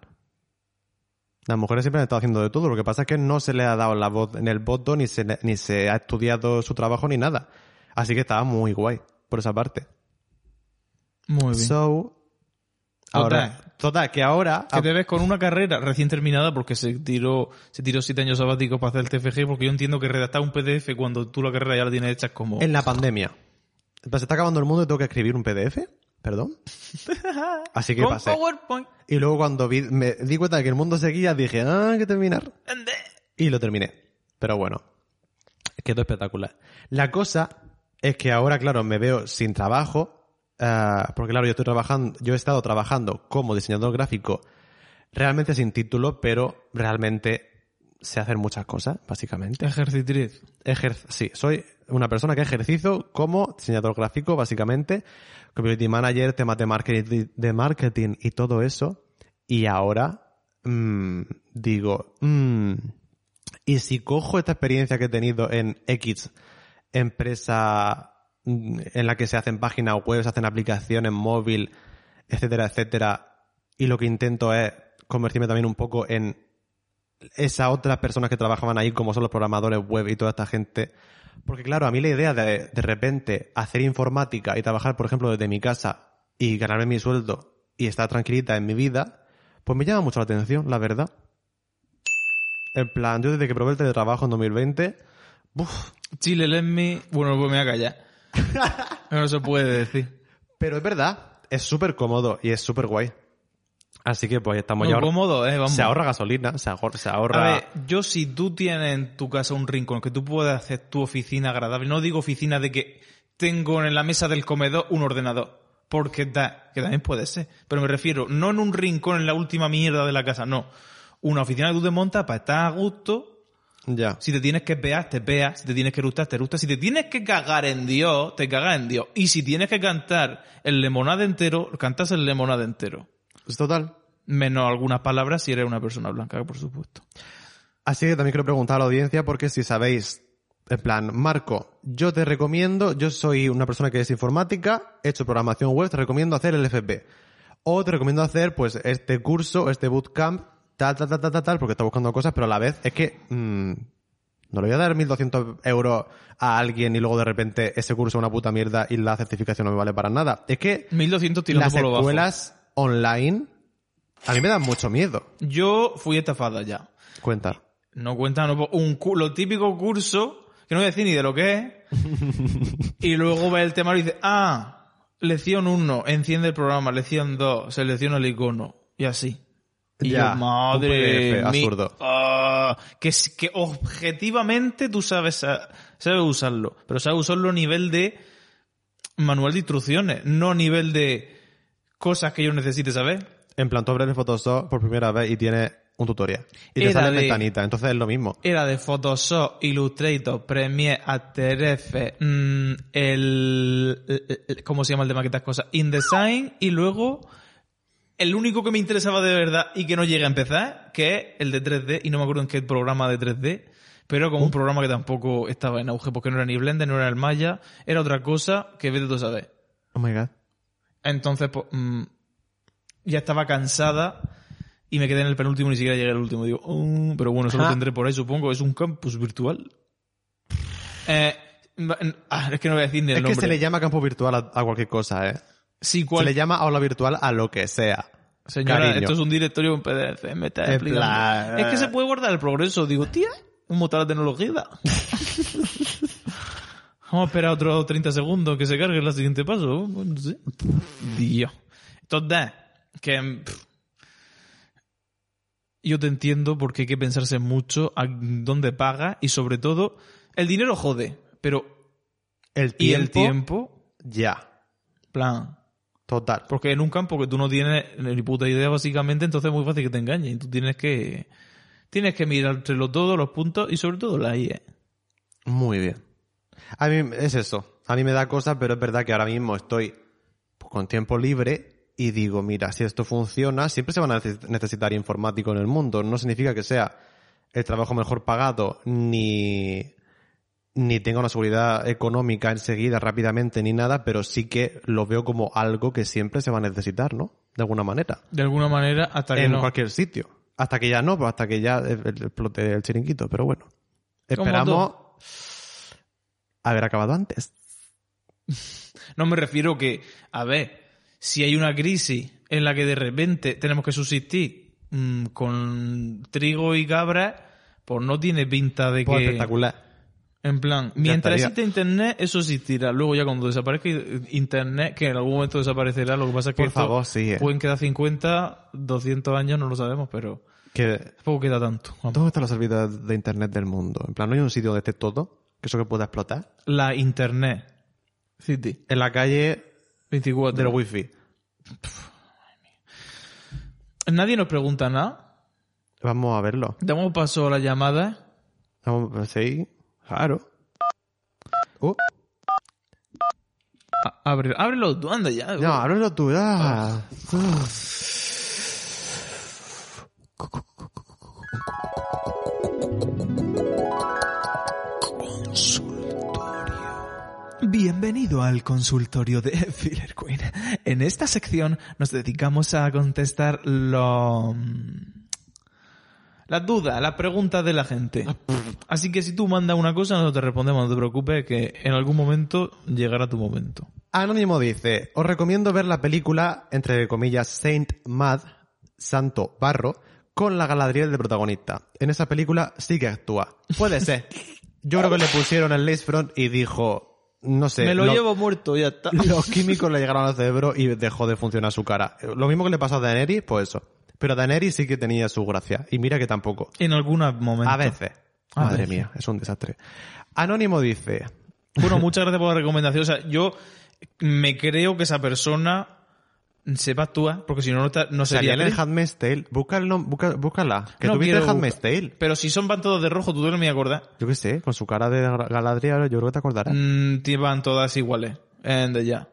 Speaker 2: Las mujeres siempre han estado haciendo de todo. Lo que pasa es que no se le ha dado la voz en el voto, ni se, le- ni se ha estudiado su trabajo, ni nada. Así que estaba muy guay por esa parte.
Speaker 3: Muy bien.
Speaker 2: So, ahora, total, que ahora...
Speaker 3: que te ves con una carrera recién terminada porque se tiró se tiró siete años sabáticos para hacer el TFG porque yo entiendo que redactar un PDF cuando tú la carrera ya la tienes hecha es como
Speaker 2: En la pandemia. Pues se está acabando el mundo y tengo que escribir un PDF.
Speaker 3: *laughs*
Speaker 2: Perdón. Así que
Speaker 3: con
Speaker 2: pasé.
Speaker 3: PowerPoint
Speaker 2: Y luego cuando vi- me di cuenta de que el mundo seguía, dije, ah, hay que terminar.
Speaker 3: ande.
Speaker 2: Y lo terminé. Pero bueno, quedó espectacular. La cosa es que ahora, claro, me veo sin trabajo. ah, porque claro, yo estoy trabajando, yo he estado trabajando como diseñador gráfico, realmente sin título, pero realmente sé hacer muchas cosas, básicamente.
Speaker 3: ejercitriz
Speaker 2: Ejer- sí, soy una persona que ejercizo como diseñador gráfico, básicamente, community manager, temas de marketing, de marketing y todo eso. Y ahora mm, digo, mm, y si cojo esta experiencia que he tenido en X empresa mm, en la que se hacen páginas web, se hacen aplicaciones móvil, etcétera, etcétera, y lo que intento es convertirme también un poco en esas otras personas que trabajaban ahí, como son los programadores web y toda esta gente. Porque claro, a mí la idea de de repente hacer informática y trabajar, por ejemplo, desde mi casa y ganarme mi sueldo y estar tranquilita en mi vida, pues me llama mucho la atención, la verdad. En plan, yo desde que probé el teletrabajo en 2020, ¡buf!
Speaker 3: Chile let me bueno pues me voy a callar *laughs* Pero no se puede decir
Speaker 2: pero es verdad, es súper cómodo y es súper guay. Así que pues estamos ya
Speaker 3: no,
Speaker 2: ahor-
Speaker 3: cómodo eh vamos
Speaker 2: Se ahorra gasolina, se ahorra... Se
Speaker 3: A
Speaker 2: ahorra...
Speaker 3: ver, yo si tú tienes en tu casa un rincón que tú puedas hacer tu oficina agradable, no digo oficina de que tengo en la mesa del comedor un ordenador, porque da, que también puede ser, pero me refiero, no en un rincón en la última mierda de la casa, no. Una oficina que tú te montas para estar a gusto,
Speaker 2: Ya.
Speaker 3: si te tienes que pear, te peas, si te tienes que eructar, te eructas, si te tienes que cagar en Dios, te cagas en Dios, y si tienes que cantar el lemonade entero, cantas el lemonade entero.
Speaker 2: Es Pues, total.
Speaker 3: Menos algunas palabras si eres una persona blanca, por supuesto.
Speaker 2: Así que también quiero preguntar a la audiencia porque si sabéis, en plan, Marco, yo te recomiendo, yo soy una persona que es informática, he hecho programación web, te recomiendo hacer el FP. O te recomiendo hacer, pues, este curso, este bootcamp, tal, tal, tal, tal, tal, tal, porque está buscando cosas, pero a la vez es que, mm, no le voy a dar 1.200 euros a alguien y luego de repente ese curso es una puta mierda y la certificación no me vale para nada. Es que
Speaker 3: 1200 tirando
Speaker 2: las
Speaker 3: por lo bajo.
Speaker 2: escuelas online a mí me dan mucho miedo.
Speaker 3: Yo fui estafada ya.
Speaker 2: Cuenta.
Speaker 3: No cuenta, no, un cu- lo típico curso, que no voy a decir ni de lo que es,
Speaker 2: *laughs*
Speaker 3: y luego ve el tema y dice, ah, lección 1, enciende el programa, lección 2, selecciona el icono, y así. Y
Speaker 2: Ya,
Speaker 3: yo, madre
Speaker 2: un
Speaker 3: mía,
Speaker 2: PDF, absurdo.
Speaker 3: ah, que, es- que objetivamente tú sabes, a- sabes usarlo, pero sabes usarlo a nivel de manual de instrucciones, no a nivel de cosas que yo necesite saber.
Speaker 2: En plan, tú abres el Photoshop por primera vez y tiene un tutorial. Y te
Speaker 3: Era
Speaker 2: sale
Speaker 3: de-
Speaker 2: ventanita, entonces es lo mismo.
Speaker 3: era de Photoshop, Illustrator, Premiere, After Effects, mm, el, el- el- ¿Cómo se llama el de maquetas cosas? InDesign y luego el único que me interesaba de verdad y que no llega a empezar, que es el de 3D y no me acuerdo en qué programa de 3D, pero como un programa que tampoco estaba en auge porque no era ni Blender, no era el Maya, era otra cosa que vete tú a saber.
Speaker 2: Oh my god.
Speaker 3: Entonces, pues, mm, ya estaba cansada y me quedé en el penúltimo, ni siquiera llegué al último. Digo, "Mm, pero bueno, eso lo
Speaker 2: Ajá.
Speaker 3: tendré por ahí, supongo. Es un campus virtual. Eh, ma- n- ah, es que no voy a decir ni el
Speaker 2: Es que
Speaker 3: nombre.
Speaker 2: se le llama campo virtual a, a cualquier cosa, ¿eh?
Speaker 3: Sí,
Speaker 2: Se
Speaker 3: cual-
Speaker 2: le llama aula virtual a lo que sea.
Speaker 3: Señora,
Speaker 2: cariño.
Speaker 3: esto es un directorio en PDF. Me está
Speaker 2: En
Speaker 3: explicando.
Speaker 2: plan- ah.
Speaker 3: Es que se puede guardar el progreso. Digo, tía, un motor de tecnología.
Speaker 2: *laughs*
Speaker 3: Vamos a esperar otros 30 segundos que se cargue el siguiente paso. Bueno, no sé. Dios. Entonces, que. mm, pff, yo te entiendo porque hay que pensarse mucho a dónde paga y sobre todo, el dinero jode, pero.
Speaker 2: El
Speaker 3: ¿Y
Speaker 2: tiempo.
Speaker 3: el tiempo?
Speaker 2: Ya.
Speaker 3: Plan.
Speaker 2: Total.
Speaker 3: Porque en un campo que tú no tienes ni puta idea, básicamente, entonces es muy fácil que te engañen. Y Tú tienes que. Tienes que mirártelo todo, los puntos y sobre todo la E. IE.
Speaker 2: Muy bien. A mí es eso. A mí me da cosas, pero es verdad que ahora mismo estoy pues, con tiempo libre y digo, mira, si esto funciona, siempre se van a neces- necesitar informático en el mundo. No significa que sea el trabajo mejor pagado ni ni tenga una seguridad económica enseguida, rápidamente, ni nada, pero sí que lo veo como algo que siempre se va a necesitar, ¿no? De alguna manera.
Speaker 3: De alguna manera, hasta que
Speaker 2: en
Speaker 3: no.
Speaker 2: cualquier sitio. Hasta que ya no, pues hasta que ya eh, eh, explote el chiringuito, pero bueno.
Speaker 3: Como
Speaker 2: Esperamos
Speaker 3: todo.
Speaker 2: haber acabado antes.
Speaker 3: No me refiero que, a ver, si hay una crisis en la que de repente tenemos que subsistir mm, con trigo y cabra, pues no tiene pinta de
Speaker 2: Pues
Speaker 3: que...
Speaker 2: espectacular.
Speaker 3: En plan, mientras
Speaker 2: estaría.
Speaker 3: exista internet, eso existirá. Luego ya cuando desaparezca eh, internet, que en algún momento desaparecerá, lo que pasa es que
Speaker 2: Por
Speaker 3: esto
Speaker 2: favor, sí. eh.
Speaker 3: pueden quedar 50, 200 años, no lo sabemos, pero
Speaker 2: Que
Speaker 3: tampoco queda tanto. Vamos.
Speaker 2: ¿Dónde están los servidores de internet del mundo? En plan, ¿no hay un sitio donde esté todo? Que eso que pueda explotar.
Speaker 3: La internet. City.
Speaker 2: En la calle
Speaker 3: 24.
Speaker 2: de los wifi.
Speaker 3: Nadie nos pregunta nada.
Speaker 2: Vamos a verlo.
Speaker 3: Damos paso a la llamada.
Speaker 2: Vamos a seguir. Claro. Uh,
Speaker 3: A- Abre, ábrelo tú, anda ya.
Speaker 2: no, ábrelo tú.
Speaker 3: Ah.
Speaker 2: ya.
Speaker 3: Bienvenido al consultorio de *laughs* Filler Queen. En esta sección nos dedicamos a contestar lo... las dudas, las preguntas de la gente. Así que si tú mandas una cosa, nosotros te respondemos, no te preocupes, que en algún momento llegará tu momento.
Speaker 2: Anónimo dice, os recomiendo ver la película, entre comillas, Saint Mad, Santo Barro, con la Galadriel de protagonista. En esa película sí que actúa.
Speaker 3: *laughs*
Speaker 2: Puede ser. Yo creo que le pusieron el Lacefront y dijo, no sé.
Speaker 3: Me lo,
Speaker 2: *laughs*
Speaker 3: llevo muerto, ya está.
Speaker 2: Los químicos le llegaron al cerebro y dejó de funcionar su cara. Lo mismo que le pasó a Daenerys, pues eso. Pero a Daenerys sí que tenía su gracia. Y mira que tampoco.
Speaker 3: En algún momento.
Speaker 2: A veces.
Speaker 3: A
Speaker 2: Madre
Speaker 3: veces.
Speaker 2: mía, es un desastre. Anónimo dice... *laughs*
Speaker 3: Bueno, muchas gracias por la recomendación. O sea, yo me creo que esa persona sepa actuar, porque si no, no, ta- no
Speaker 2: Salía
Speaker 3: sería.
Speaker 2: en el
Speaker 3: actriz.
Speaker 2: Handmaid's Tale. Busca el nom- busca- búscala. Que
Speaker 3: No
Speaker 2: tuviste el
Speaker 3: quiero
Speaker 2: Handmaid's Tale.
Speaker 3: Pero si son van todos de rojo, tú no me acordás.
Speaker 2: Yo qué sé, con su cara de Gal- Galadriel yo creo que te acordarás.
Speaker 3: Mm, te van todas iguales. And ya.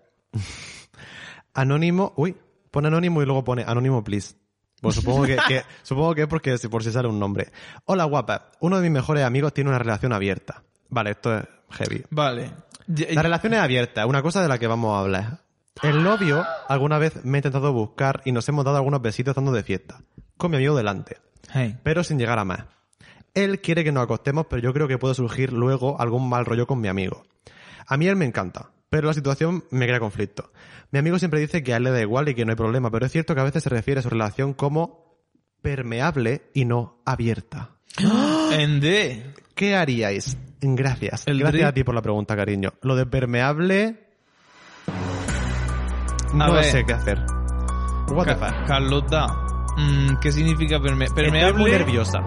Speaker 2: Anónimo... Uy, pone anónimo y luego pone anónimo, please. Bueno, supongo
Speaker 3: *laughs*
Speaker 2: que, que- supongo que es porque si por si sale un nombre. Hola, guapa. Uno de mis mejores amigos tiene una relación abierta. Vale, esto es heavy.
Speaker 3: Vale. Ya-
Speaker 2: La relación es abierta, una cosa de la que vamos a hablar. El novio alguna vez me ha intentado buscar y nos hemos dado algunos besitos estando de fiesta, con mi amigo delante,
Speaker 3: Hey.
Speaker 2: pero sin llegar a más. Él quiere que nos acostemos, pero yo creo que puede surgir luego algún mal rollo con mi amigo. A mí él me encanta, pero la situación me crea conflicto. Mi amigo siempre dice que a él le da igual y que no hay problema, pero es cierto que a veces se refiere a su relación como permeable y no abierta.
Speaker 3: And the-
Speaker 2: ¿Qué haríais? Gracias.
Speaker 3: El
Speaker 2: Gracias
Speaker 3: dri-
Speaker 2: a ti por la pregunta, cariño. Lo de permeable.
Speaker 3: A
Speaker 2: no
Speaker 3: ver.
Speaker 2: sé qué hacer. What the
Speaker 3: Ca-
Speaker 2: fuck.
Speaker 3: Carlota. Mm, ¿Qué significa perme
Speaker 2: Estoy muy
Speaker 3: permeable?
Speaker 2: nerviosa.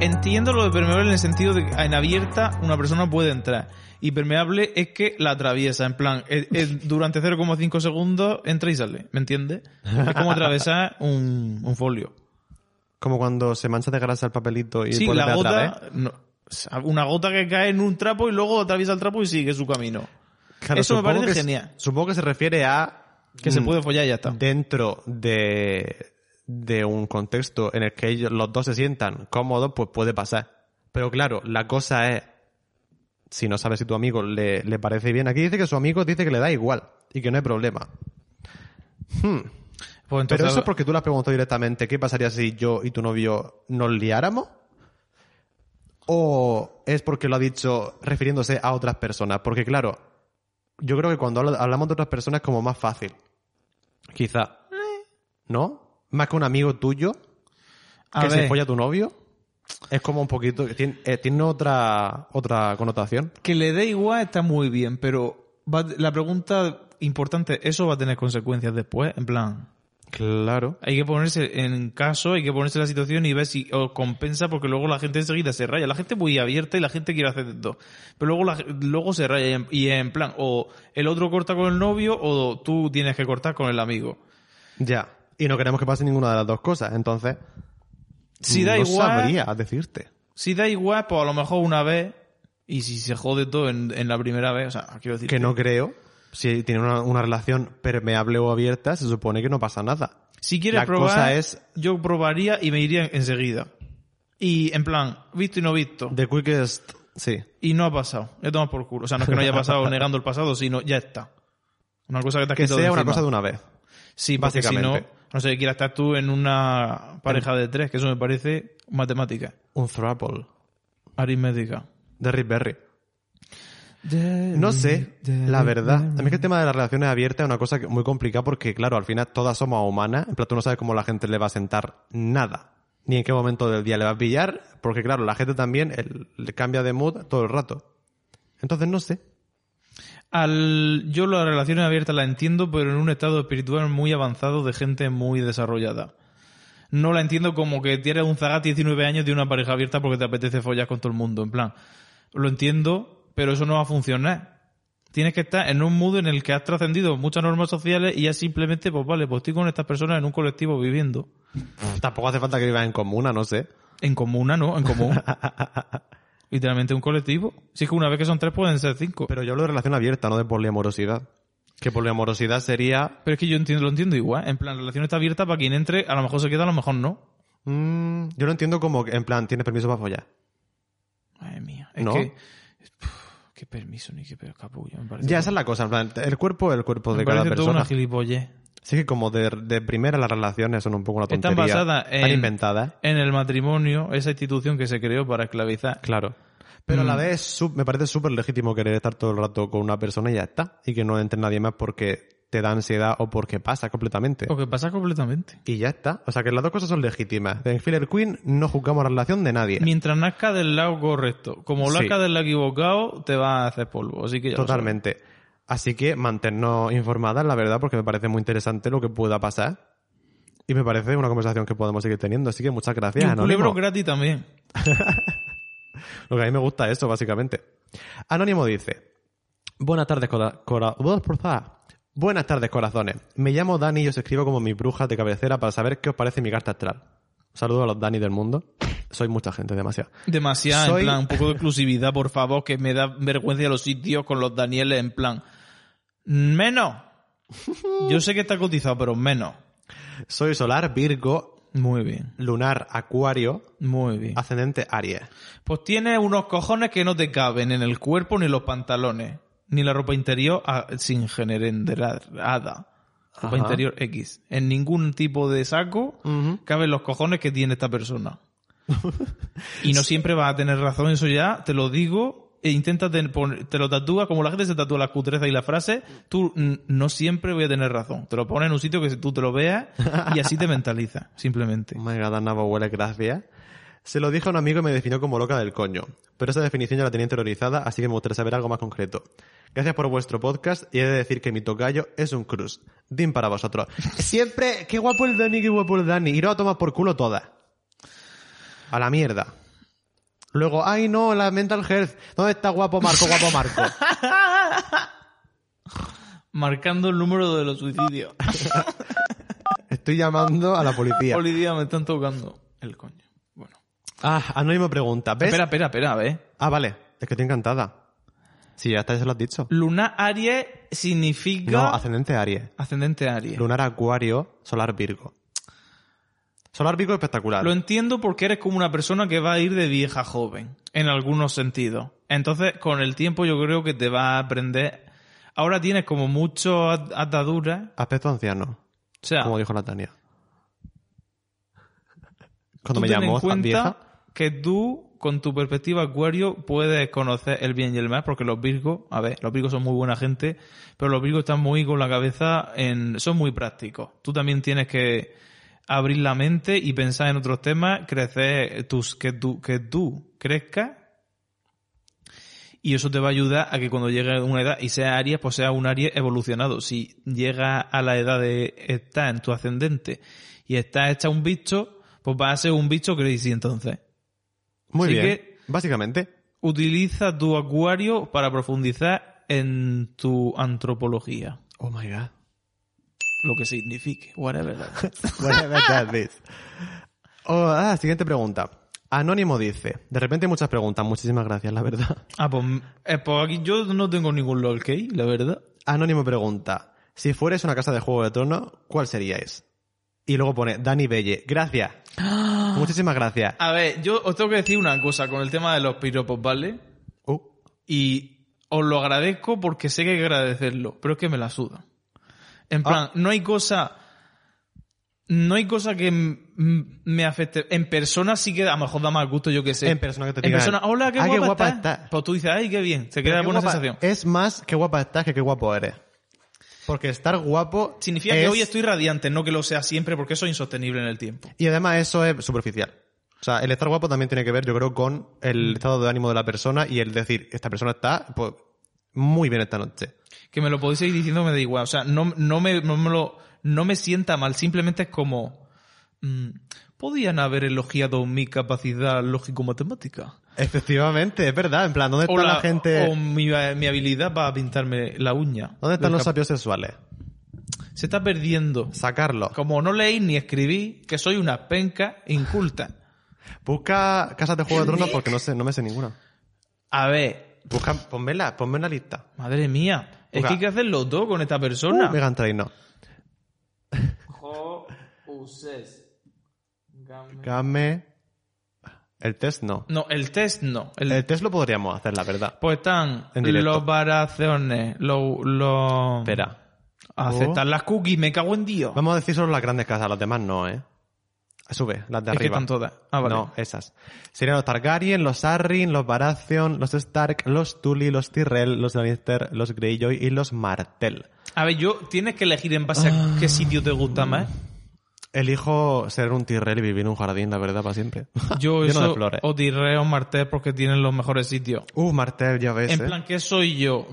Speaker 3: Entiendo lo de permeable en el sentido de que en abierta una persona puede entrar. Y permeable es que la atraviesa. En plan, es- es durante 0,5 segundos entra y sale. ¿Me entiendes? Es como atravesar un, un folio.
Speaker 2: Como cuando se mancha de grasa el papelito y
Speaker 3: Sí,
Speaker 2: pones
Speaker 3: la
Speaker 2: de
Speaker 3: gota.
Speaker 2: atrás, ¿eh?
Speaker 3: no, una gota que cae en un trapo y luego atraviesa el trapo y sigue su camino.
Speaker 2: ¿eh? Claro,
Speaker 3: Eso me
Speaker 2: supongo
Speaker 3: parece
Speaker 2: que-
Speaker 3: genial.
Speaker 2: Supongo que se refiere a.
Speaker 3: Que se
Speaker 2: mm,
Speaker 3: puede follar y ya está.
Speaker 2: Dentro de, de un contexto en el que ellos, los dos se sientan cómodos, pues puede pasar. Pero claro, la cosa es. Si no sabes si tu amigo le, le parece bien. Aquí dice que su amigo dice que le da igual y que no hay problema.
Speaker 3: Pues entonces-
Speaker 2: Pero eso es porque tú le has preguntado directamente qué pasaría si yo y tu novio nos liáramos. ¿O es porque lo ha dicho refiriéndose a otras personas? Porque claro, yo creo que cuando habla- hablamos de otras personas es como más fácil. Quizá. ¿No? Más que un amigo tuyo
Speaker 3: A
Speaker 2: que se
Speaker 3: ver,
Speaker 2: folla a tu novio. Es como un poquito... Tiene, eh, tiene otra, otra connotación.
Speaker 3: que le dé igual está muy bien, pero va- la pregunta importante, eso va a tener consecuencias después, en plan.
Speaker 2: Claro.
Speaker 3: Hay que ponerse en caso, hay que ponerse en la situación y ver si os compensa, porque luego la gente enseguida se raya. La gente es muy abierta y la gente quiere hacer de todo. Pero luego, la- luego se raya y en, y en plan, o el otro corta con el novio o tú tienes que cortar con el amigo.
Speaker 2: Ya. Y no queremos que pase ninguna de las dos cosas. Entonces,
Speaker 3: Si da
Speaker 2: no
Speaker 3: igual,
Speaker 2: sabría decirte.
Speaker 3: si da igual, pues a lo mejor una vez, y si se jode todo en, en la primera vez, o sea, quiero decir.
Speaker 2: que no creo. Si tiene una, una relación permeable o abierta, se supone que no pasa nada.
Speaker 3: Si quieres
Speaker 2: La
Speaker 3: probar,
Speaker 2: cosa es-
Speaker 3: yo probaría y me iría enseguida. Y en plan, visto y no visto.
Speaker 2: The quickest Sí.
Speaker 3: Y no ha pasado. Ya tomas por culo. O sea, no es que no haya
Speaker 2: *laughs*
Speaker 3: pasado negando el pasado, sino ya está. Una cosa que te has
Speaker 2: Que
Speaker 3: quitado de
Speaker 2: sea una
Speaker 3: encima.
Speaker 2: cosa de una vez.
Speaker 3: Sí, porque si no,
Speaker 2: básicamente.
Speaker 3: no sé, quieras estar tú en una pareja de tres, que eso me parece matemática,
Speaker 2: Un throuple.
Speaker 3: aritmética.
Speaker 2: De Rick Berry. No sé, la verdad. También que el tema de las relaciones abiertas es una cosa que- muy complicada porque, claro, al final todas somos humanas. En plan, tú no sabes cómo la gente le va a sentar nada. Ni en qué momento del día le va a pillar. Porque, claro, la gente también el- le cambia de mood todo el rato. Entonces, no sé.
Speaker 3: Al, yo las relaciones abiertas las entiendo, pero en un estado espiritual muy avanzado de gente muy desarrollada. No la entiendo como que tienes un zagat 19 años de una pareja abierta porque te apetece follar con todo el mundo. En plan, lo entiendo, pero eso no va a funcionar. Tienes que estar en un mood en el que has trascendido muchas normas sociales y ya simplemente, pues vale, pues estoy con estas personas en un colectivo viviendo.
Speaker 2: Tampoco hace falta que vivas en comuna, no sé.
Speaker 3: En comuna, ¿no? En común. Literalmente un colectivo. Si es que una vez que son tres pueden ser cinco. Pero,
Speaker 2: Pero yo hablo de relación amorosa, no de poliamorosidad. Que poliamorosidad sería.
Speaker 3: es que yo entiendo, lo entiendo igual. En plan, la relación está abierta para quien entre, a lo mejor se queda, a lo mejor no.
Speaker 2: mm, yo lo entiendo como que, en plan, tienes permiso para follar.
Speaker 3: Madre mía. Es
Speaker 2: No.
Speaker 3: que... Puf, qué permiso, ni qué capullo. Me parece
Speaker 2: Ya, esa es la cosa. En plan, el cuerpo es el cuerpo
Speaker 3: me
Speaker 2: de cada
Speaker 3: parece toda
Speaker 2: persona.
Speaker 3: una gilipollez.
Speaker 2: Sí, que como de, de primera las relaciones son un poco una tontería.
Speaker 3: Están basadas
Speaker 2: Están
Speaker 3: en-
Speaker 2: inventadas.
Speaker 3: En el matrimonio, esa institución que se creó para esclavizar.
Speaker 2: Claro. Pero a la
Speaker 3: Mm.
Speaker 2: vez su- me parece súper legítimo querer estar todo el rato con una persona y ya está. Y que no entre nadie más porque te da ansiedad o porque pasa completamente.
Speaker 3: Porque pasa completamente.
Speaker 2: Y ya está. O sea que las dos cosas son legítimas. En Filler Queen no juzgamos la relación de nadie.
Speaker 3: Mientras nazca del lado correcto, como
Speaker 2: Sí.
Speaker 3: nazca del lado equivocado, te va a hacer polvo. Así que ya lo sabes.
Speaker 2: Totalmente. Así que mantenernos informadas, la verdad, porque me parece muy interesante lo que pueda pasar. Y me parece una conversación que podemos seguir teniendo. Así que muchas gracias.
Speaker 3: Y un
Speaker 2: Anónimo.
Speaker 3: culebro gratis también.
Speaker 2: Lo que a mí me gusta es eso, básicamente. Anónimo dice: Buenas tardes, cora- cora- buah, por fa. Buenas tardes, corazones. Me llamo Dani y os escribo como mis brujas de cabecera para saber qué os parece mi carta astral. Saludos a los Dani del mundo. Soy mucha gente, demasiado.
Speaker 3: Demasiado,
Speaker 2: Soy-
Speaker 3: en plan, un poco de exclusividad, por favor, que me da vergüenza los sitios con los Danieles, en plan. Menos. Yo sé que está cotizado, pero menos.
Speaker 2: Soy solar, Virgo,
Speaker 3: Muy bien,
Speaker 2: lunar, Acuario,
Speaker 3: muy bien.
Speaker 2: ascendente, Aries.
Speaker 3: Pues tienes unos cojones que no te caben en el cuerpo, ni los pantalones, ni la ropa interior ah, sin generenderada. Ropa
Speaker 2: Ajá.
Speaker 3: interior X. En ningún tipo de saco
Speaker 2: Ujú.
Speaker 3: caben los cojones que tiene esta persona. y no siempre vas a tener razón, eso ya, te lo digo. E intenta ten- pon- te lo tatúa, como la gente se tatúa las cutrezas y las frases, tú mm, no siempre voy a tener razón. Te lo pones en un sitio que tú te lo veas y así te mentalizas, simplemente.
Speaker 2: Oh my god, Ana Bauer, gracias. Se lo dije a un amigo y me definió como loca del coño. Pero esa definición ya la tenía interiorizada, así que me gustaría saber algo más concreto. Gracias por vuestro podcast y he de decir que mi tocayo es un cruz. Din para vosotros. *laughs* Siempre, qué guapo el Dani, qué guapo el Dani. Y no a tomar por culo toda. A la mierda. Luego, ay no, la mental health. ¿Dónde está guapo Marco, guapo *laughs* Marco?
Speaker 3: Marcando el número de los suicidios.
Speaker 2: Estoy llamando a la policía.
Speaker 3: Olivia, me están tocando el coño. Bueno.
Speaker 2: Ah, anónimo pregunta. ¿Ves?
Speaker 3: Espera, espera, espera, a ver.
Speaker 2: Ah, vale. Es que estoy encantada. Sí, ya está, ya se lo has dicho.
Speaker 3: Luna Aries significa
Speaker 2: No, ascendente Aries.
Speaker 3: ascendente Aries.
Speaker 2: Lunar Acuario, Solar Virgo. Solar Virgo espectacular.
Speaker 3: Lo entiendo porque eres como una persona que va a ir de vieja a joven, en algunos sentidos. Entonces, con el tiempo yo creo que te va a aprender. Ahora tienes como mucho at- ataduras.
Speaker 2: Aspecto anciano,
Speaker 3: O sea,
Speaker 2: como dijo la Tania. Cuando
Speaker 3: tú
Speaker 2: me
Speaker 3: ten en
Speaker 2: llamó tan
Speaker 3: cuenta
Speaker 2: vieja.
Speaker 3: que tú, con tu perspectiva acuario, puedes conocer el bien y el mal, porque los virgos, a ver, los virgos son muy buena gente, pero los virgos están muy con la cabeza en... son muy prácticos. Tú también tienes que abrir la mente y pensar en otros temas, crecer tus... que tú, que tú crezcas y eso te va a ayudar a que cuando llegue a una edad y sea Aries, pues sea un Aries evolucionado. Si llega a la edad de estar en tu ascendente y está hecha un bicho, pues va a ser un bicho crazy entonces.
Speaker 2: Muy
Speaker 3: Así
Speaker 2: bien.
Speaker 3: que-
Speaker 2: Básicamente.
Speaker 3: Utiliza tu acuario para profundizar en tu antropología,
Speaker 2: Oh
Speaker 3: *laughs*
Speaker 2: my god.
Speaker 3: lo que signifique, whatever. that is.
Speaker 2: Whatever that is. Oh, ah, siguiente pregunta. Anónimo dice, de repente muchas preguntas, muchísimas gracias, la verdad.
Speaker 3: *laughs*
Speaker 2: *laughs*
Speaker 3: ah, pues, eh, pues aquí yo no tengo ningún LOL key, la verdad.
Speaker 2: Anónimo pregunta, si fuerais una casa de Juego de Tronos, ¿cuál seríais? Y luego pone, Dani Belle,
Speaker 3: *gasps*
Speaker 2: gracias. Muchísimas gracias.
Speaker 3: A ver, yo os tengo que decir una cosa con el tema de los piropos, ¿vale?
Speaker 2: Uh.
Speaker 3: Y os lo agradezco porque sé que hay que agradecerlo, pero es que me la suda. En
Speaker 2: Ah.
Speaker 3: plan, no hay cosa. No hay cosa que m- m- me afecte. En persona sí que a lo mejor da más gusto, yo que sé.
Speaker 2: En persona que te
Speaker 3: En
Speaker 2: digan,
Speaker 3: persona, hola, qué
Speaker 2: "Ah,
Speaker 3: guapa,
Speaker 2: qué guapa
Speaker 3: estás".
Speaker 2: estás.
Speaker 3: Pues tú dices, ay, qué bien. Se
Speaker 2: Pero
Speaker 3: queda
Speaker 2: qué
Speaker 3: buena
Speaker 2: guapa-
Speaker 3: sensación.
Speaker 2: Es más qué guapa estás que qué guapo eres. Porque estar guapo.
Speaker 3: Significa que
Speaker 2: es-
Speaker 3: hoy estoy radiante, no que lo sea siempre, porque eso es insostenible en el tiempo.
Speaker 2: Y además eso es superficial. O sea, el estar guapo también tiene que ver, yo creo, con el estado de ánimo de la persona y el decir, esta persona está pues, muy bien esta noche.
Speaker 3: Que me lo podéis seguir diciendo, me da igual. O sea, no, no, me, no, me, lo, no me sienta mal, simplemente es como. mm, Podían haber elogiado mi capacidad lógico-matemática.
Speaker 2: Efectivamente, es verdad. En plan, ¿dónde está la, gente?
Speaker 3: o mi, mi habilidad para pintarme la uña.
Speaker 2: ¿Dónde están
Speaker 3: Del
Speaker 2: los
Speaker 3: cap-
Speaker 2: sapios sexuales?
Speaker 3: Se está perdiendo.
Speaker 2: Sacarlos.
Speaker 3: Como no leí ni escribí, que soy una penca inculta.
Speaker 2: Busca casas de Juego de Tronos porque no sé, no me sé ninguna.
Speaker 3: A ver,
Speaker 2: Busca, ponmela, ponme una lista.
Speaker 3: madre mía, es
Speaker 2: Oiga.
Speaker 3: que hay que hacerlo todo con esta persona.
Speaker 2: Uh, Megan Trainor. Game. El test no.
Speaker 3: No, el test no. El,
Speaker 2: El test lo podríamos hacer, la verdad.
Speaker 3: Pues están
Speaker 2: En directo.
Speaker 3: los varaciones, los... los-
Speaker 2: Espera.
Speaker 3: Aceptar las cookies, me cago en Dios.
Speaker 2: Oh. Vamos a decir solo las grandes casas, las demás no, ¿eh? Sube, las de
Speaker 3: es que
Speaker 2: arriba.
Speaker 3: están todas. Ah, vale.
Speaker 2: No, esas. Serían los Targaryen, los Arryn, los Baratheon, los Stark, los Tully, los Tyrell, los Lannister, los Greyjoy y los Martell.
Speaker 3: A ver, yo tienes que elegir en base
Speaker 2: Ah.
Speaker 3: a qué sitio te gusta más.
Speaker 2: Elijo ser un Tyrell y vivir en un jardín, la verdad, para siempre.
Speaker 3: *laughs* Yo
Speaker 2: Lleno de
Speaker 3: eso
Speaker 2: flores.
Speaker 3: o tirreo Martel porque tienen los mejores sitios.
Speaker 2: Uh, Martell, ya ves,
Speaker 3: en
Speaker 2: ¿eh?
Speaker 3: plan, ¿qué soy yo?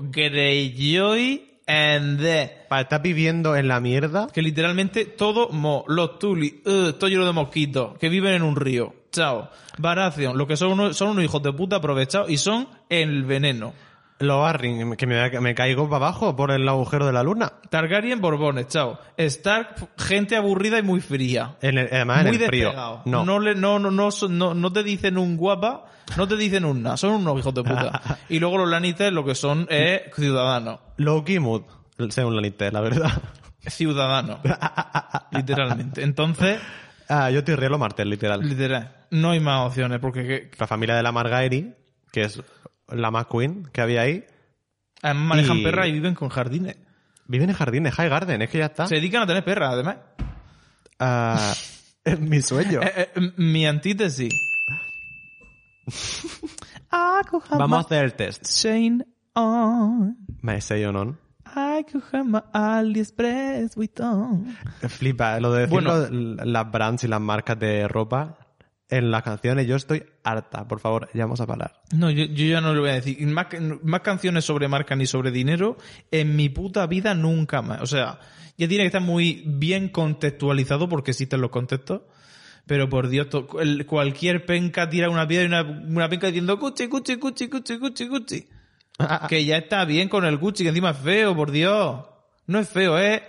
Speaker 3: Greyjoy and the...
Speaker 2: Para estar viviendo en la mierda,
Speaker 3: Que literalmente todo mo, los tuli, uh, todo lleno de mosquitos, que viven en un río. Chao. Baración, lo que son unos, son unos hijos de puta aprovechados y son el veneno.
Speaker 2: los Arryn, que me, me caigo para abajo por el agujero de la luna.
Speaker 3: Targaryen Borbones, chao. Stark, gente aburrida y muy fría.
Speaker 2: En el- además,
Speaker 3: muy
Speaker 2: en el frío.
Speaker 3: despegado.
Speaker 2: No.
Speaker 3: No, le- no, no, no, son- no, no te dicen un guapa, no te dicen un nada, son unos hijos de
Speaker 2: *laughs*
Speaker 3: puta. y luego los Lannister lo que son es ciudadanos.
Speaker 2: Loki Mood, sea un Lannister, la verdad. *laughs*
Speaker 3: Ciudadanos. literalmente. Entonces,
Speaker 2: Ah, yo Tyrell o Martell, literal.
Speaker 3: literal, no hay más opciones porque que-
Speaker 2: la familia de la Margaery, que es la más queen que había ahí,
Speaker 3: además manejan
Speaker 2: Y-
Speaker 3: perras y viven con jardines.
Speaker 2: viven en jardines, High Garden, es que ya está.
Speaker 3: Se dedican a tener perras, además.
Speaker 2: Ah, *laughs* es mi sueño.
Speaker 3: Eh, eh, mi
Speaker 2: *laughs*
Speaker 3: antítesis. I could have
Speaker 2: Vamos a
Speaker 3: my
Speaker 2: hacer el test.
Speaker 3: chain on.
Speaker 2: Me sé o no.
Speaker 3: I could have my AliExpress with on.
Speaker 2: Flipa, lo de decir
Speaker 3: Bueno.
Speaker 2: lo- las brands y las marcas de ropa en las canciones, yo estoy harta. Por favor, ya vamos
Speaker 3: *laughs*
Speaker 2: a parar.
Speaker 3: No, yo, yo ya no lo voy a decir. Y Más, más canciones sobre marca ni sobre dinero en mi puta vida nunca más. O sea, ya tiene que estar muy bien contextualizado porque existen los contextos. Pero por Dios, to- el- cualquier penca tira una piedra y una, una penca diciendo Gucci, Gucci, Gucci, Gucci, Gucci, Gucci.
Speaker 2: Ah.
Speaker 3: que ya está bien con el Gucci, que encima es feo, por Dios. No es feo, es...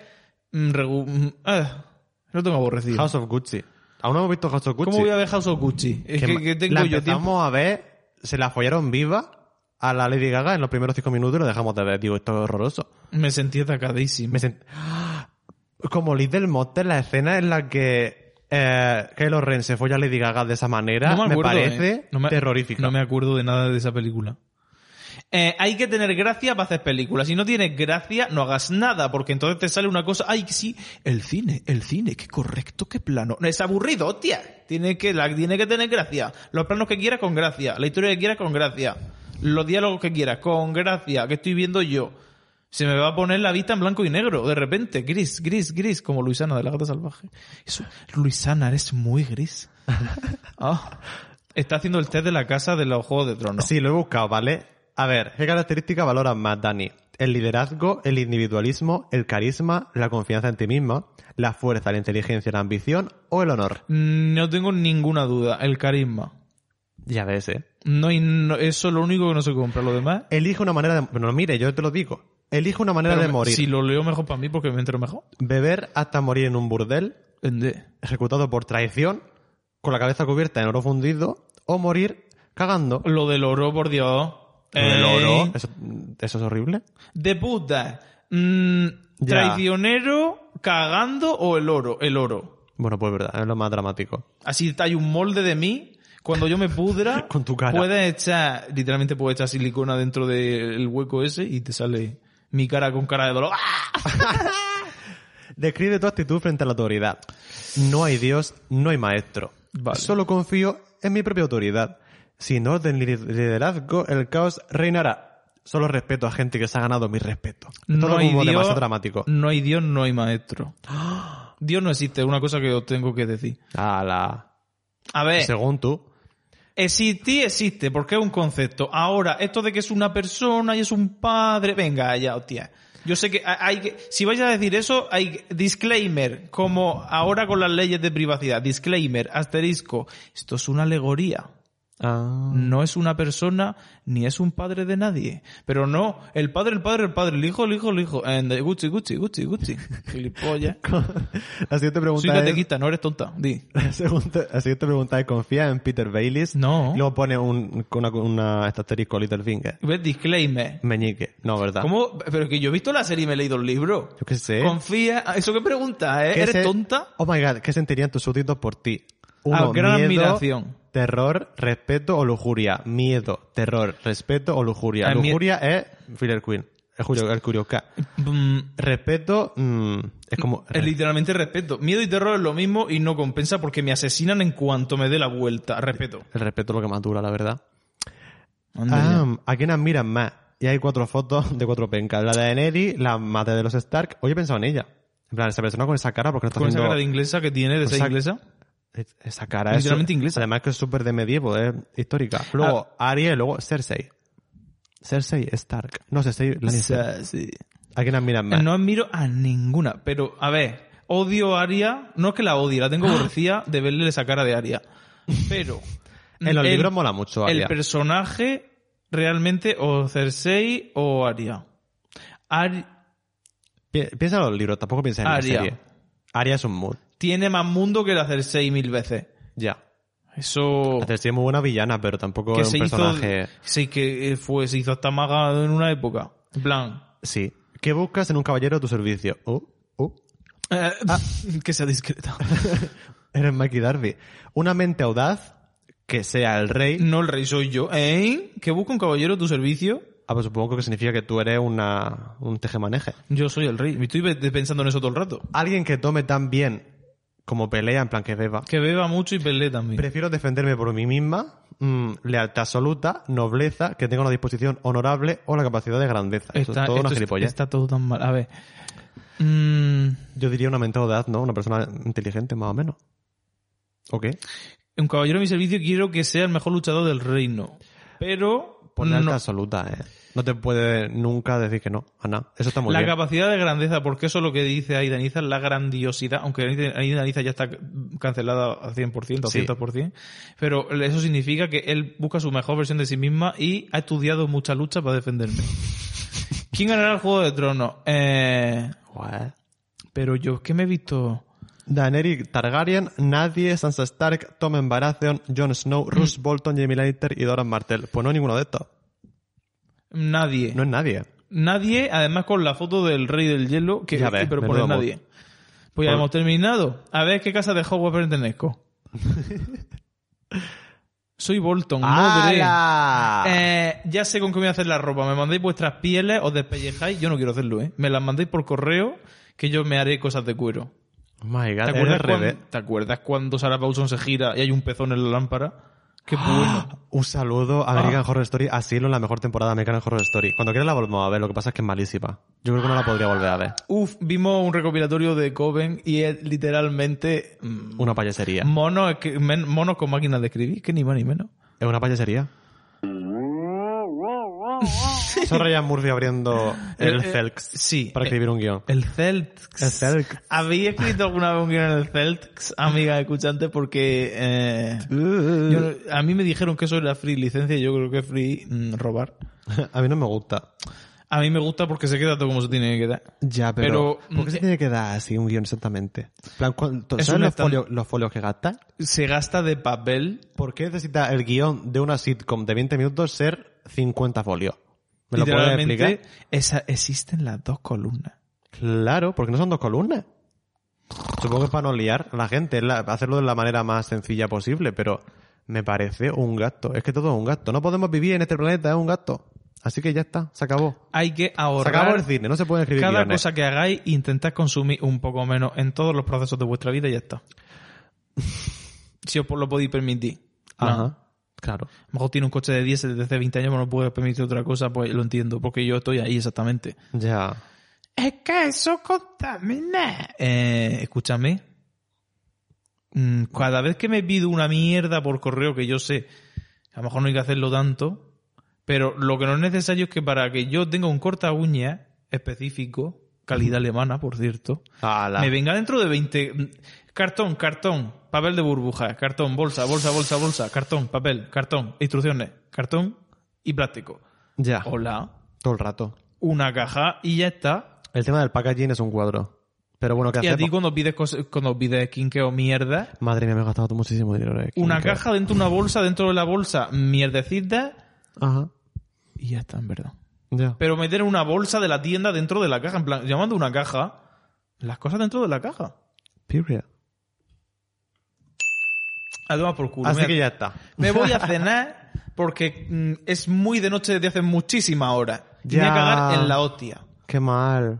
Speaker 3: mm, regu- mm, ah, lo tengo aborrecido.
Speaker 2: House of Gucci. Aún no hemos visto House of Gucci.
Speaker 3: ¿Cómo voy a ver House of Gucci? Es que,
Speaker 2: ma-
Speaker 3: que
Speaker 2: la
Speaker 3: tengo yo tiempo.
Speaker 2: empezamos a ver, se la follaron viva a la Lady Gaga en los primeros cinco minutos y lo dejamos de ver. Digo, esto es horroroso.
Speaker 3: Me sentí atacadísimo.
Speaker 2: Me sent- ¡Ah! Como Liz del Monte, la escena en la que eh, Kylo Ren se folla a Lady Gaga de esa manera
Speaker 3: No
Speaker 2: me,
Speaker 3: acuerdo,
Speaker 2: parece
Speaker 3: eh. No me-
Speaker 2: terrorífica.
Speaker 3: No me acuerdo de nada de esa película. Eh, hay que tener gracia para hacer películas. Si no tienes gracia, no hagas nada, porque entonces te sale una cosa. Ay, sí, el cine, el cine, qué correcto, qué plano. No, es aburrido, hostia. Tiene que, la, tiene que tener gracia. Los planos que quieras con gracia. La historia que quieras con gracia. Los diálogos que quieras con gracia. Que estoy viendo yo. Se me va a poner la vista en blanco y negro, de repente, gris, gris, gris, como Luisana de la gata salvaje. Eso- Luisana, eres muy
Speaker 2: *laughs*
Speaker 3: gris. Ah. Está haciendo el test de la casa de los Juegos de Tronos.
Speaker 2: Sí, lo he buscado, ¿vale? A ver, ¿qué características valoras más, Dani? El liderazgo, el individualismo, el carisma, la confianza en ti misma, la fuerza, la inteligencia, la ambición o el honor.
Speaker 3: Mm, No tengo ninguna duda, el carisma.
Speaker 2: Ya ves, ¿eh?
Speaker 3: No, hay- no- eso es lo único que no se compra, lo demás.
Speaker 2: Elige una manera de... Bueno, mire, yo te lo digo. Elige una manera
Speaker 3: pero
Speaker 2: de
Speaker 3: me-
Speaker 2: morir.
Speaker 3: Si lo leo mejor para mí, porque me entero mejor.
Speaker 2: Beber hasta morir en un burdel,
Speaker 3: Ende.
Speaker 2: ejecutado por traición, con la cabeza cubierta en oro fundido, o morir cagando.
Speaker 3: Lo del oro, por Dios. Ey.
Speaker 2: El oro. Eso, eso es horrible.
Speaker 3: De puta. Mm,
Speaker 2: Ya.
Speaker 3: traicionero, cagando o el oro. El oro.
Speaker 2: Bueno, pues verdad, es lo más dramático.
Speaker 3: Así hay un molde de mí Cuando yo me pudra,
Speaker 2: *laughs* Con tu cara.
Speaker 3: puedes echar, literalmente puedes echar silicona dentro del hueco ese y te sale mi cara con cara de dolor. ¡Ah!
Speaker 2: Describe tu actitud frente a la autoridad. No hay Dios, no hay maestro.
Speaker 3: Vale.
Speaker 2: Solo confío en mi propia autoridad. Sin orden ni liderazgo, el caos reinará. Solo respeto a gente que se ha ganado mi respeto. Todo
Speaker 3: No hay,
Speaker 2: como
Speaker 3: Dios,
Speaker 2: demasiado dramático.
Speaker 3: no hay Dios, no hay maestro.
Speaker 2: *gasps*
Speaker 3: Dios no existe, es una cosa que os tengo que decir.
Speaker 2: Ala.
Speaker 3: A ver,
Speaker 2: Según tú.
Speaker 3: Existir existe, porque es un concepto. Ahora, esto de que es una persona y es un padre, venga ya, hostia. Yo sé que ha- hay que, si vais a decir eso, hay que- disclaimer, como ahora con las leyes de privacidad, disclaimer, asterisco. Esto es una alegoría.
Speaker 2: Ah. Mm.
Speaker 3: No es una persona ni es un padre de nadie. Pero no, el padre, el padre, el padre, el hijo, el hijo, el hijo. And the Gucci, Gucci, Gucci, Gucci. Gilipollas.
Speaker 2: *laughs* La
Speaker 3: Soy
Speaker 2: siguiente pregunta es...
Speaker 3: catequista, no eres tonta. Di.
Speaker 2: *laughs* La, segunda- la siguiente pregunta es, ¿confías en Peter Baylis?
Speaker 3: No.
Speaker 2: Y Luego pone un, una, una este asterisco Littlefinger.
Speaker 3: ¿Ves? Disclaimer.
Speaker 2: Meñique. No, ¿verdad?
Speaker 3: ¿Cómo? Pero que yo he visto la serie y me he leído el libro.
Speaker 2: Yo qué sé.
Speaker 3: Confía. Ah, ¿Eso qué pregunta? eh?
Speaker 2: ¿Qué
Speaker 3: ¿Eres
Speaker 2: se-
Speaker 3: tonta?
Speaker 2: Oh my god, ¿qué sentirían tus súbditos por ti?
Speaker 3: Ah, gran
Speaker 2: miedo,
Speaker 3: admiración.
Speaker 2: Terror, respeto o lujuria. Miedo, terror, respeto o lujuria.
Speaker 3: Ah, mie-
Speaker 2: lujuria es Filler Queen. Es Julio, el Curio K.
Speaker 3: Mm, eh.
Speaker 2: Respeto mm, es como.
Speaker 3: es literalmente respeto. Miedo y terror es lo mismo y no compensa porque me asesinan en cuanto me dé la vuelta. Respeto.
Speaker 2: el respeto es lo que más dura, la verdad.
Speaker 3: Anda ya.
Speaker 2: Ah, ¿A quién admiran más? Y hay cuatro fotos de cuatro pencas. La de Daenerys, la madre de los Stark. Hoy he pensado en ella. En plan, esa persona con esa cara, porque no está
Speaker 3: Con esa
Speaker 2: haciendo...
Speaker 3: cara de inglesa que tiene, de
Speaker 2: Pues
Speaker 3: ser
Speaker 2: sac-
Speaker 3: inglesa.
Speaker 2: Es- Esa cara es...
Speaker 3: Literalmente inglesa. Ah,
Speaker 2: Además que es súper de medievo, es histórica. Luego Arya y luego Cersei. Cersei Stark. No, Cersei
Speaker 3: O
Speaker 2: Lannister.
Speaker 3: sea, sí.
Speaker 2: ¿A quién admiran más?
Speaker 3: Eh, No admiro a ninguna, pero a ver, odio a Aria. No es que la odie, la tengo aborrecida de verle esa cara de Aria. Pero.
Speaker 2: en
Speaker 3: *laughs*
Speaker 2: los
Speaker 3: el-
Speaker 2: libros mola mucho
Speaker 3: El
Speaker 2: Arya.
Speaker 3: personaje realmente o Cersei o Aria. Ar-
Speaker 2: Pi- Piensa en los libros, tampoco piensa en
Speaker 3: Arya.
Speaker 2: la serie. Arya es un mood.
Speaker 3: tiene más mundo que la Cersei mil veces.
Speaker 2: Ya.
Speaker 3: Eso
Speaker 2: La Cersei es muy buena villana, pero tampoco
Speaker 3: Oh. que
Speaker 2: es
Speaker 3: se
Speaker 2: un personaje...
Speaker 3: hizo sí que eh, fue se hizo hasta maga en una época. En plan
Speaker 2: Sí. ¿Qué buscas en un caballero a tu servicio? Oh, oh.
Speaker 3: eh, que sea discreta.
Speaker 2: Eres Mikey Darby. Una mente audaz que sea el rey.
Speaker 3: *laughs* No el rey soy yo, ¿eh? Que busca un caballero a tu servicio.
Speaker 2: Ah, pues supongo que significa que tú eres una, un tejemaneje.
Speaker 3: Yo soy el rey. Me estoy pe- pensando en eso todo el rato.
Speaker 2: Alguien que tome tan bien como pelea, en plan que beba.
Speaker 3: Que beba mucho y pelee también.
Speaker 2: Prefiero defenderme por mí misma, mm, lealtad absoluta, nobleza, que tenga una disposición honorable o la capacidad de grandeza. Eso es todo
Speaker 3: esto
Speaker 2: una
Speaker 3: es-
Speaker 2: gilipollas.
Speaker 3: está todo tan mal. A ver. Mm,
Speaker 2: Yo diría una mente audaz, ¿no? Una persona inteligente, más o menos. ¿O qué?
Speaker 3: un caballero a mi servicio quiero que sea el mejor luchador del reino. Pero
Speaker 2: Por lealtad
Speaker 3: no-
Speaker 2: absoluta, ¿eh? No te puede nunca decir que no, Ana. Eso está muy
Speaker 3: la
Speaker 2: bien.
Speaker 3: capacidad de grandeza, porque eso es lo que dice Aida Niza, la grandiosidad, aunque Aida Niza ya está cancelada al 100%, al
Speaker 2: Sí.
Speaker 3: 100%, pero eso significa que él busca su mejor versión de sí misma y ha estudiado mucha lucha para defenderme. ¿Quién ganará el Juego de Tronos? Eh,
Speaker 2: Guau.
Speaker 3: pero yo es que me he visto...
Speaker 2: Daenerys Targaryen, Nadie, Sansa Stark, Tommen Baratheon, Jon
Speaker 3: Mm.
Speaker 2: Snow, Roose Bolton, Jamie Lannister y Doran Martell. Pues no ninguno de estos.
Speaker 3: Nadie.
Speaker 2: No es nadie.
Speaker 3: Nadie, además con la foto del rey del hielo, que
Speaker 2: Ya ves,
Speaker 3: pero
Speaker 2: menudo
Speaker 3: por
Speaker 2: mod.
Speaker 3: nadie. Pues ya
Speaker 2: Por-
Speaker 3: hemos terminado. A ver qué casa de Hogwarts
Speaker 2: *laughs*
Speaker 3: pertenezco. Soy Bolton, madre.
Speaker 2: ¡Hala!
Speaker 3: Eh, ya sé con qué me voy a hacer la ropa. Me mandéis vuestras pieles, os despellejáis. Yo no quiero hacerlo, ¿eh? Me las mandéis por correo, que yo me haré cosas de cuero.
Speaker 2: Oh my god,
Speaker 3: ¿Te
Speaker 2: eres
Speaker 3: acuerdas,
Speaker 2: al revés.
Speaker 3: cuando, ¿Te acuerdas cuando Sarah Paulson se gira y hay un pezón en la lámpara? Qué bueno.
Speaker 2: Un saludo a American
Speaker 3: Ah.
Speaker 2: Horror Story, así en la mejor temporada de American Horror Story. Cuando quieras la volvemos a ver, lo que pasa es que es malísima. Yo creo que no la podría volver a ver.
Speaker 3: Uf, vimos un recopilatorio de Coven y es literalmente... mm,
Speaker 2: Una payasería.
Speaker 3: Mono, es que- men- monos con máquinas de escribir, que ni más ni menos.
Speaker 2: Es una payasería. Son Ryan Murphy abriendo el
Speaker 3: Eh, eh,
Speaker 2: Celx
Speaker 3: Sí.
Speaker 2: para
Speaker 3: eh,
Speaker 2: escribir un guión.
Speaker 3: El Celtics.
Speaker 2: El Celtics.
Speaker 3: ¿Habéis escrito alguna vez un guión en el Celtics, amiga escuchante? Porque eh, yo- a mí me dijeron que eso era free licencia y yo creo que es free mm, robar.
Speaker 2: A mí no me gusta.
Speaker 3: A mí me gusta porque se queda todo como se tiene que quedar.
Speaker 2: Ya, pero,
Speaker 3: Pero,
Speaker 2: ¿por qué se
Speaker 3: mm,
Speaker 2: tiene que dar así un guión exactamente? En plan, ¿cuál- to-
Speaker 3: Es
Speaker 2: ¿Sabes
Speaker 3: un
Speaker 2: los,
Speaker 3: estan-
Speaker 2: folios, los folios que gastas?
Speaker 3: Se gasta de papel.
Speaker 2: ¿Por qué necesita el guión de una sitcom de 20 minutos ser 50 folios? ¿Me lo puedes
Speaker 3: literalmente,
Speaker 2: explicar?
Speaker 3: esa- existen las dos columnas.
Speaker 2: Claro, porque no son dos columnas. Supongo que es para no liar a la gente, es la- hacerlo de la manera más sencilla posible, pero me parece un gasto. Es que todo es un gasto. No podemos vivir en este planeta, es un gasto. Así que ya está, se acabó.
Speaker 3: Hay que
Speaker 2: Se acabó
Speaker 3: ahorrar
Speaker 2: el cine, no se pueden escribir
Speaker 3: cada
Speaker 2: guiones.
Speaker 3: cosa que hagáis, intentad consumir un poco menos en todos los procesos de vuestra vida y ya
Speaker 2: *laughs*
Speaker 3: está. si os lo podéis permitir. Ah,
Speaker 2: Ajá. Claro.
Speaker 3: A lo mejor tiene un coche de 10 desde hace 20 años, pues no puedo permitir otra cosa, pues lo entiendo, porque yo estoy ahí exactamente.
Speaker 2: Ya.
Speaker 3: Es que eso contamina. Eh, escúchame. Mm, Cada vez que me pido una mierda por correo, que yo sé, a lo mejor no hay que hacerlo tanto, pero lo que no es necesario es que para que yo tenga un corta uña específico, calidad alemana, por cierto,
Speaker 2: Ala.
Speaker 3: me venga dentro de 20. mm, Cartón, cartón, papel de burbuja, cartón, bolsa, bolsa, bolsa, bolsa, cartón, papel, cartón, instrucciones, cartón y plástico.
Speaker 2: Ya.
Speaker 3: Hola,
Speaker 2: Todo el rato.
Speaker 3: una caja y ya está.
Speaker 2: El tema del packaging es un cuadro. Pero bueno,
Speaker 3: Y
Speaker 2: ¿qué
Speaker 3: a ti
Speaker 2: hacemos?
Speaker 3: cuando pides cosas, cuando pides skinke o mierda,
Speaker 2: Madre mía, me he gastado muchísimo dinero. eh.
Speaker 3: una
Speaker 2: Increíble.
Speaker 3: caja dentro de una bolsa, dentro de la bolsa, mierdecita,
Speaker 2: Ajá.
Speaker 3: y ya está, en verdad.
Speaker 2: Ya.
Speaker 3: Pero meter una bolsa de la tienda dentro de la caja, en plan, llamando una caja, las cosas dentro de la caja.
Speaker 2: Period.
Speaker 3: Además, por culo.
Speaker 2: Así
Speaker 3: mira,
Speaker 2: que ya está.
Speaker 3: Me voy a cenar porque mm, es muy de noche desde hace muchísimas horas. Y me voy
Speaker 2: Ya.
Speaker 3: a cagar en la hostia.
Speaker 2: *laughs* Qué mal.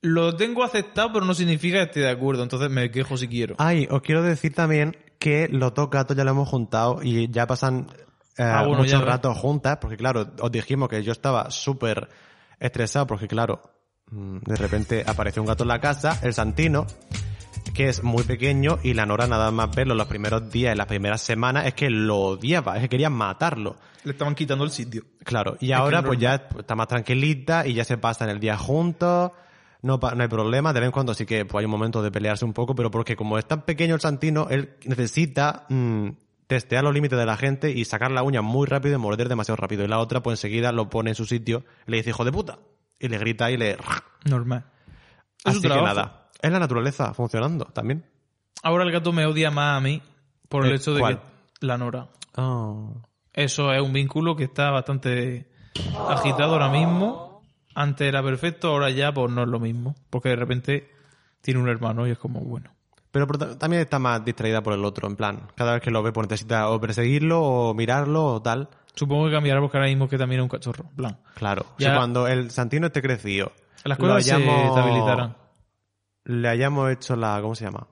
Speaker 3: Lo tengo aceptado, pero no significa que esté de acuerdo, entonces me quejo si quiero.
Speaker 2: Ay, os quiero decir también que los dos gatos ya lo hemos juntado y ya pasan eh,
Speaker 3: Ah, bueno,
Speaker 2: muchos
Speaker 3: ya.
Speaker 2: ratos juntas, porque claro, os dijimos que yo estaba súper estresado, porque claro, mm, de repente apareció un gato en la casa, el Santino, que es muy pequeño y la Nora nada más verlo los primeros días y las primeras semanas es que lo odiaba, es que quería matarlo.
Speaker 3: Le estaban quitando el sitio.
Speaker 2: Claro, y ahora
Speaker 3: es
Speaker 2: pues ya está más tranquilita y ya se pasan el día juntos, no, pa- no hay problema, de vez en cuando sí que pues, hay un momento de pelearse un poco, pero porque como es tan pequeño el Santino, él necesita mm, testear los límites de la gente y sacar la uña muy rápido y morder demasiado rápido. Y la otra pues enseguida lo pone en su sitio, le dice hijo de puta, y le grita y le...
Speaker 3: Normal. Es
Speaker 2: Así
Speaker 3: su
Speaker 2: que
Speaker 3: trabajo.
Speaker 2: nada, es la naturaleza funcionando también.
Speaker 3: Ahora el gato me odia más a mí por el
Speaker 2: Eh,
Speaker 3: hecho de
Speaker 2: ¿cuál?
Speaker 3: que la Nora. Oh. Eso es un vínculo que está bastante agitado ahora mismo. Antes era perfecto, ahora ya pues no es lo mismo. Porque de repente tiene un hermano y es como, bueno.
Speaker 2: Pero, por ta- también está más distraída por el otro, en plan, cada vez que lo ve pues necesita o perseguirlo o mirarlo o tal.
Speaker 3: Supongo que cambiará porque ahora mismo es que también es un cachorro. en plan.
Speaker 2: Claro.
Speaker 3: Ya-
Speaker 2: Si cuando el Santino este esté crecido,
Speaker 3: Las
Speaker 2: Lo
Speaker 3: cosas se
Speaker 2: hayamos-
Speaker 3: estabilizarán.
Speaker 2: le hayamos hecho la. ¿Cómo se llama?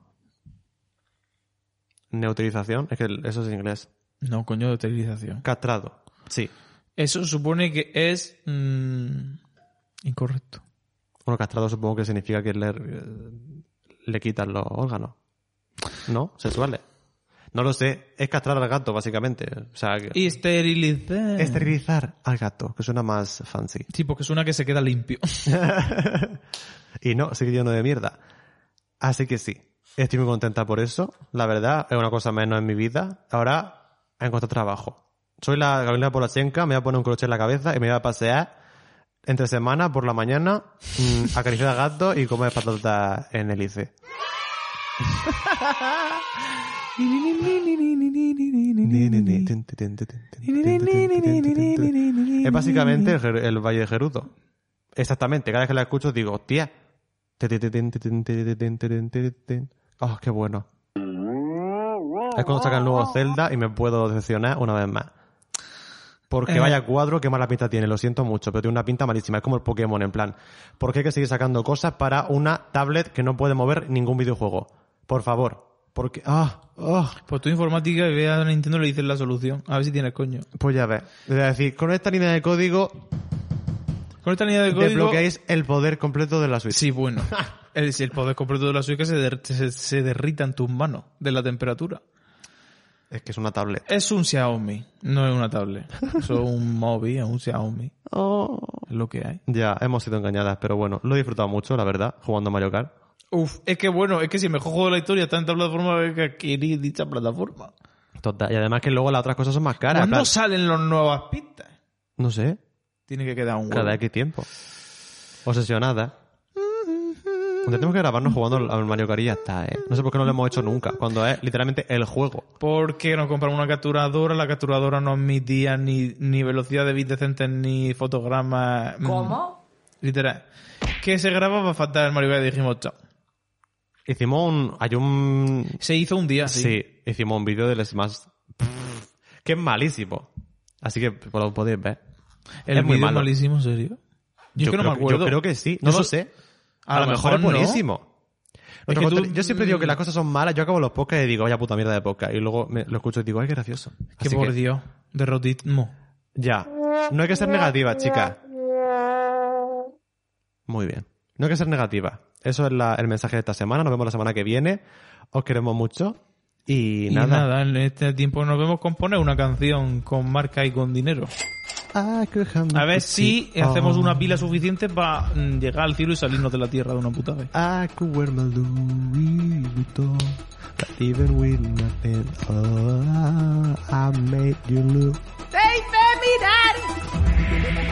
Speaker 2: Neutralización. Es que el- eso es en inglés.
Speaker 3: No, coño, de esterilización.
Speaker 2: Castrado. Sí.
Speaker 3: Eso supone que es mm, incorrecto.
Speaker 2: Bueno, castrado supongo que significa que le, eh, le quitan los órganos. ¿No? Sexuales. No lo sé. Es castrar al gato, básicamente. O sea, que-
Speaker 3: Y esterilizar.
Speaker 2: esterilizar al gato, que suena más fancy.
Speaker 3: Sí, porque suena que se queda
Speaker 2: *laughs*
Speaker 3: limpio.
Speaker 2: Y no, sigue lleno de mierda. Así que sí, estoy muy contenta por eso. La verdad, es una cosa menos en mi vida. Ahora, he encontrado trabajo. Soy la Gabriela Polachenka, me voy a poner un crochet en la cabeza y me voy a pasear entre semana, por la mañana, mm, acariciar a gatos y comer patatas en el ICE. Es básicamente el, Jer- el Valle de Gerudo. Exactamente. Cada vez que la escucho digo, tía. Oh, qué bueno. Es cuando saca el nuevo Zelda y me puedo decepcionar una vez más. Porque
Speaker 3: Eh.
Speaker 2: vaya cuadro, qué mala pinta tiene, lo siento mucho, pero tiene una pinta malísima. Es como el Pokémon, en plan. ¿Por qué hay que seguir sacando cosas para una tablet que no puede mover ningún videojuego? Por favor. Porque. ¡Ah! ah.
Speaker 3: Pues tu informática y ve a Nintendo y le dices la solución. A ver si tienes coño.
Speaker 2: Pues ya ves. Es decir, con esta línea de código
Speaker 3: Con esta línea de código...
Speaker 2: desbloqueáis el poder completo de la Switch.
Speaker 3: Sí,
Speaker 2: *laughs*
Speaker 3: bueno. el, el poder completo de la Switch que se, der- se, se derrita en tus manos de la temperatura.
Speaker 2: Es que es una tablet.
Speaker 3: Es un Xiaomi, no es una tablet. Eso es un *laughs* móvil, es un Xiaomi. Es lo que hay.
Speaker 2: Ya, hemos sido engañadas, pero bueno, lo he disfrutado mucho, la verdad, jugando a Mario Kart.
Speaker 3: Uf, es que bueno, es que si el mejor juego de la historia está en esta plataforma, que adquirir dicha plataforma.
Speaker 2: Total. Y además que luego las otras cosas son más caras. en
Speaker 3: ¿Cuándo
Speaker 2: plan-
Speaker 3: salen las nuevas pistas?
Speaker 2: No sé,
Speaker 3: Tiene que quedar un
Speaker 2: cada
Speaker 3: huevo.
Speaker 2: X tiempo. Obsesionada. tenemos que grabarnos jugando al al Mario Kart y ya está, ¿eh? No sé por qué no lo hemos hecho nunca, cuando es literalmente el juego.
Speaker 3: Porque nos compramos una capturadora, la capturadora no admitía ni, ni velocidad de bits decentes ni fotogramas. mm, Literal. Que se grababa fatal el Mario Kart y dijimos, chao.
Speaker 2: Hicimos un... Hay un...
Speaker 3: Se hizo un día,
Speaker 2: Sí,
Speaker 3: sí.
Speaker 2: hicimos un vídeo del Smash... que es malísimo. Así que pues, lo podéis ver.
Speaker 3: El
Speaker 2: es muy
Speaker 3: vídeo
Speaker 2: malo.
Speaker 3: malísimo, ¿en serio? Yo, es que no
Speaker 2: creo,
Speaker 3: me acuerdo.
Speaker 2: yo creo que sí. No
Speaker 3: Yo
Speaker 2: lo
Speaker 3: so-
Speaker 2: sé.
Speaker 3: A
Speaker 2: A,
Speaker 3: lo
Speaker 2: lo mejor,
Speaker 3: mejor no.
Speaker 2: es buenísimo. Lo
Speaker 3: Es que
Speaker 2: contrario,
Speaker 3: tú-
Speaker 2: Yo siempre digo que las cosas son malas. Yo acabo los podcasts y digo, vaya puta mierda de podcast. Y luego me- lo escucho y digo, ay, qué gracioso.
Speaker 3: Que
Speaker 2: Así
Speaker 3: por
Speaker 2: que-
Speaker 3: Dios, derrotismo.
Speaker 2: Ya. No hay que ser negativa, chica. Muy bien. No hay que ser negativa. Eso es la- el mensaje de esta semana. Nos vemos la semana que viene. Os queremos mucho. Y,
Speaker 3: Y nada. en este tiempo que nos vemos componer una canción con marca y con dinero. A ver si
Speaker 2: Ah. oh.
Speaker 3: hacemos una pila suficiente para llegar al cielo y salirnos de la tierra de una puta vez.
Speaker 2: I could wear my Louis Vuitton, but even with nothing on, I made you look.
Speaker 1: They fed me, daddy.